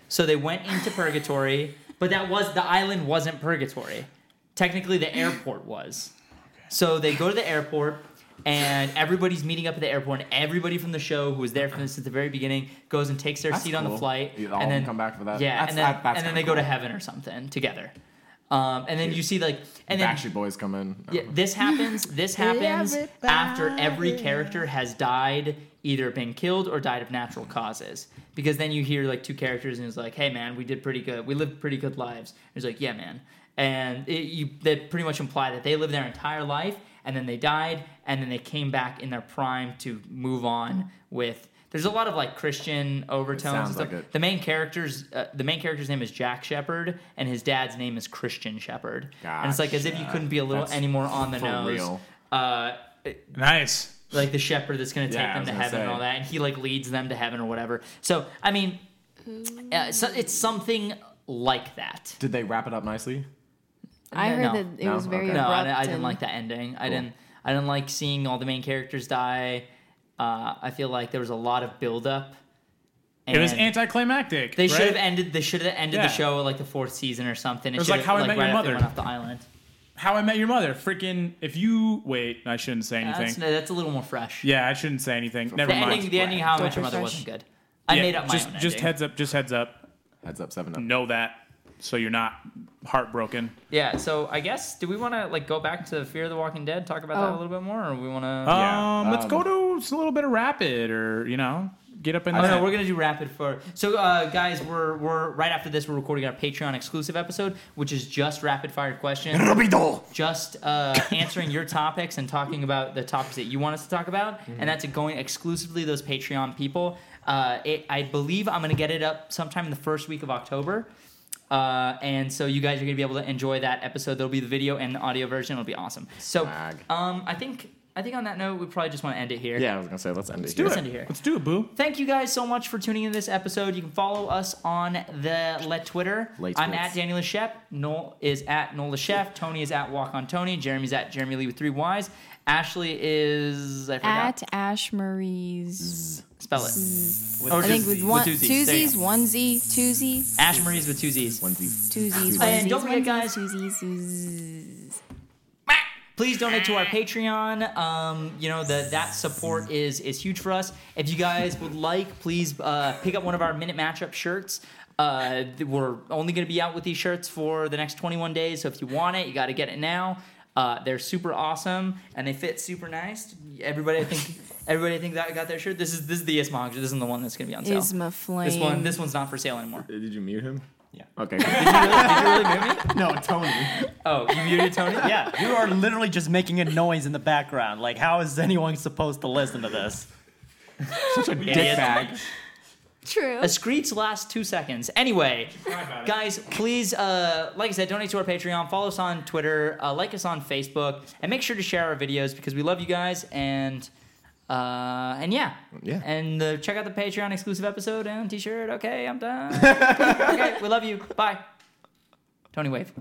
So they went [laughs] into purgatory, but that was the island wasn't purgatory. Technically, the airport was. So they go to the airport, and everybody's meeting up at the airport. And everybody from the show who was there from since the very beginning goes and takes their That's seat on the cool. flight, Yeah, all of and them then come back for that. Yeah, That's- and then, that- that's and then kinda they go to cool. heaven or something together. Um, and then you see like, and then Backstreet Boys come in. yeah, this happens. This happens after every character has died, either been killed or died of natural causes. Because then you hear like two characters, and it's like, "Hey, man, we did pretty good. We lived pretty good lives." And it's like, "Yeah, man," and it, you they pretty much imply that they lived their entire life, and then they died, and then they came back in their prime to move on with. There's a lot of like Christian overtones. and sounds stuff. like it. The main character's uh, the main character's name is Jack Shepard, and his dad's name is Christian Shepard. And it's like as if you Gotcha. couldn't be a little That's any more on the Oh, for nose. real. Uh, it- Oh, nice. like the shepherd that's going to take Yeah, I them was to gonna heaven and say. all that, and he like leads them to heaven or whatever. So I mean, uh, so it's something like that. Did they wrap it up nicely? I heard No. that it No, was very okay. No, abrupt. I, I didn't and- like that ending. I didn't. I didn't like seeing all the main characters die. Uh, I feel like there was a lot of buildup. It was and anticlimactic. They should have right? ended. They should have ended Yeah. the show at like the fourth season or something. It, was should've- like How I Met Your right after they Went Mother. off the island. How I Met Your Mother. Freaking. If you wait, I shouldn't say That's, anything. that's a little more fresh. Yeah, I shouldn't say anything. Never The mind. ending, the ending, of how I met your Super mother fresh. wasn't good. I Yeah, made up my just, own Just ending. heads up. Just heads up. Heads up, seven up. Mm. Know that, so you're not heartbroken. Yeah, so I guess do we want to like go back to Fear of the Walking Dead, talk about that Oh. a little bit more, or we want to? Yeah, Um, let's um, go to just a little bit of rapid, or you know, get up in Oh there. no, we're gonna do rapid fire. So, uh, guys, we're we're right after this. We're recording our Patreon exclusive episode, which is just rapid fire questions, just uh, answering your topics and talking about the topics that you want us to talk about, Mm-hmm. and that's going exclusively to those Patreon people. Uh, it, I believe I'm gonna get it up sometime in the first week of October, uh, and so you guys are gonna be able to enjoy that episode. There'll be the video and the audio version. It'll be awesome. So, Swag. um, I think I think on that note, we probably just want to end it here. Yeah, I was gonna say let's end it do here. it. Send it here. Let's do it, boo. Thank you guys so much for tuning in to this episode. You can follow us on the Let Twitter. Late I'm tweets. at Daniel Shep. Noel is at Noel Shep. Tony is at Walk on Tony. Jeremy's at Jeremy Lee with three Y's. Ashley is I forgot. At Ash Marie's. Spell it. I think Z's. with one With two Z's. There you Tuesdays, go. one Z, two Z, Ash Marie's with two Z's. One piece. two Z's, one And Z's, don't one forget, guys- Z's, two Z's, two Z's. please donate to our patreon um, you know the, that support is is huge for us if you guys would like please uh, pick up one of our minute matchup shirts uh, th- we're only going to be out with these shirts for the next 21 days so if you want it you got to get it now uh, they're super awesome and they fit super nice everybody i think everybody i think that got their shirt this is this is the ismog this isn't the one that's going to be on sale Isma Flame. this one this one's not for sale anymore Did you mute him? Yeah. Okay. [laughs] No, Tony. oh you muted [laughs] tony yeah, you are literally just making a noise in the background. Like, how is anyone supposed to listen to this? Such a dick bag. True. A screech lasts two seconds. Anyway, guys, please, uh, like I said, donate to our Patreon, follow us on Twitter, uh, like us on Facebook, and make sure to share our videos because we love you guys. And uh, and yeah, Yeah. And uh, check out the Patreon exclusive episode and T-shirt. Okay, I'm done. okay, we love you. Bye. Tony wave.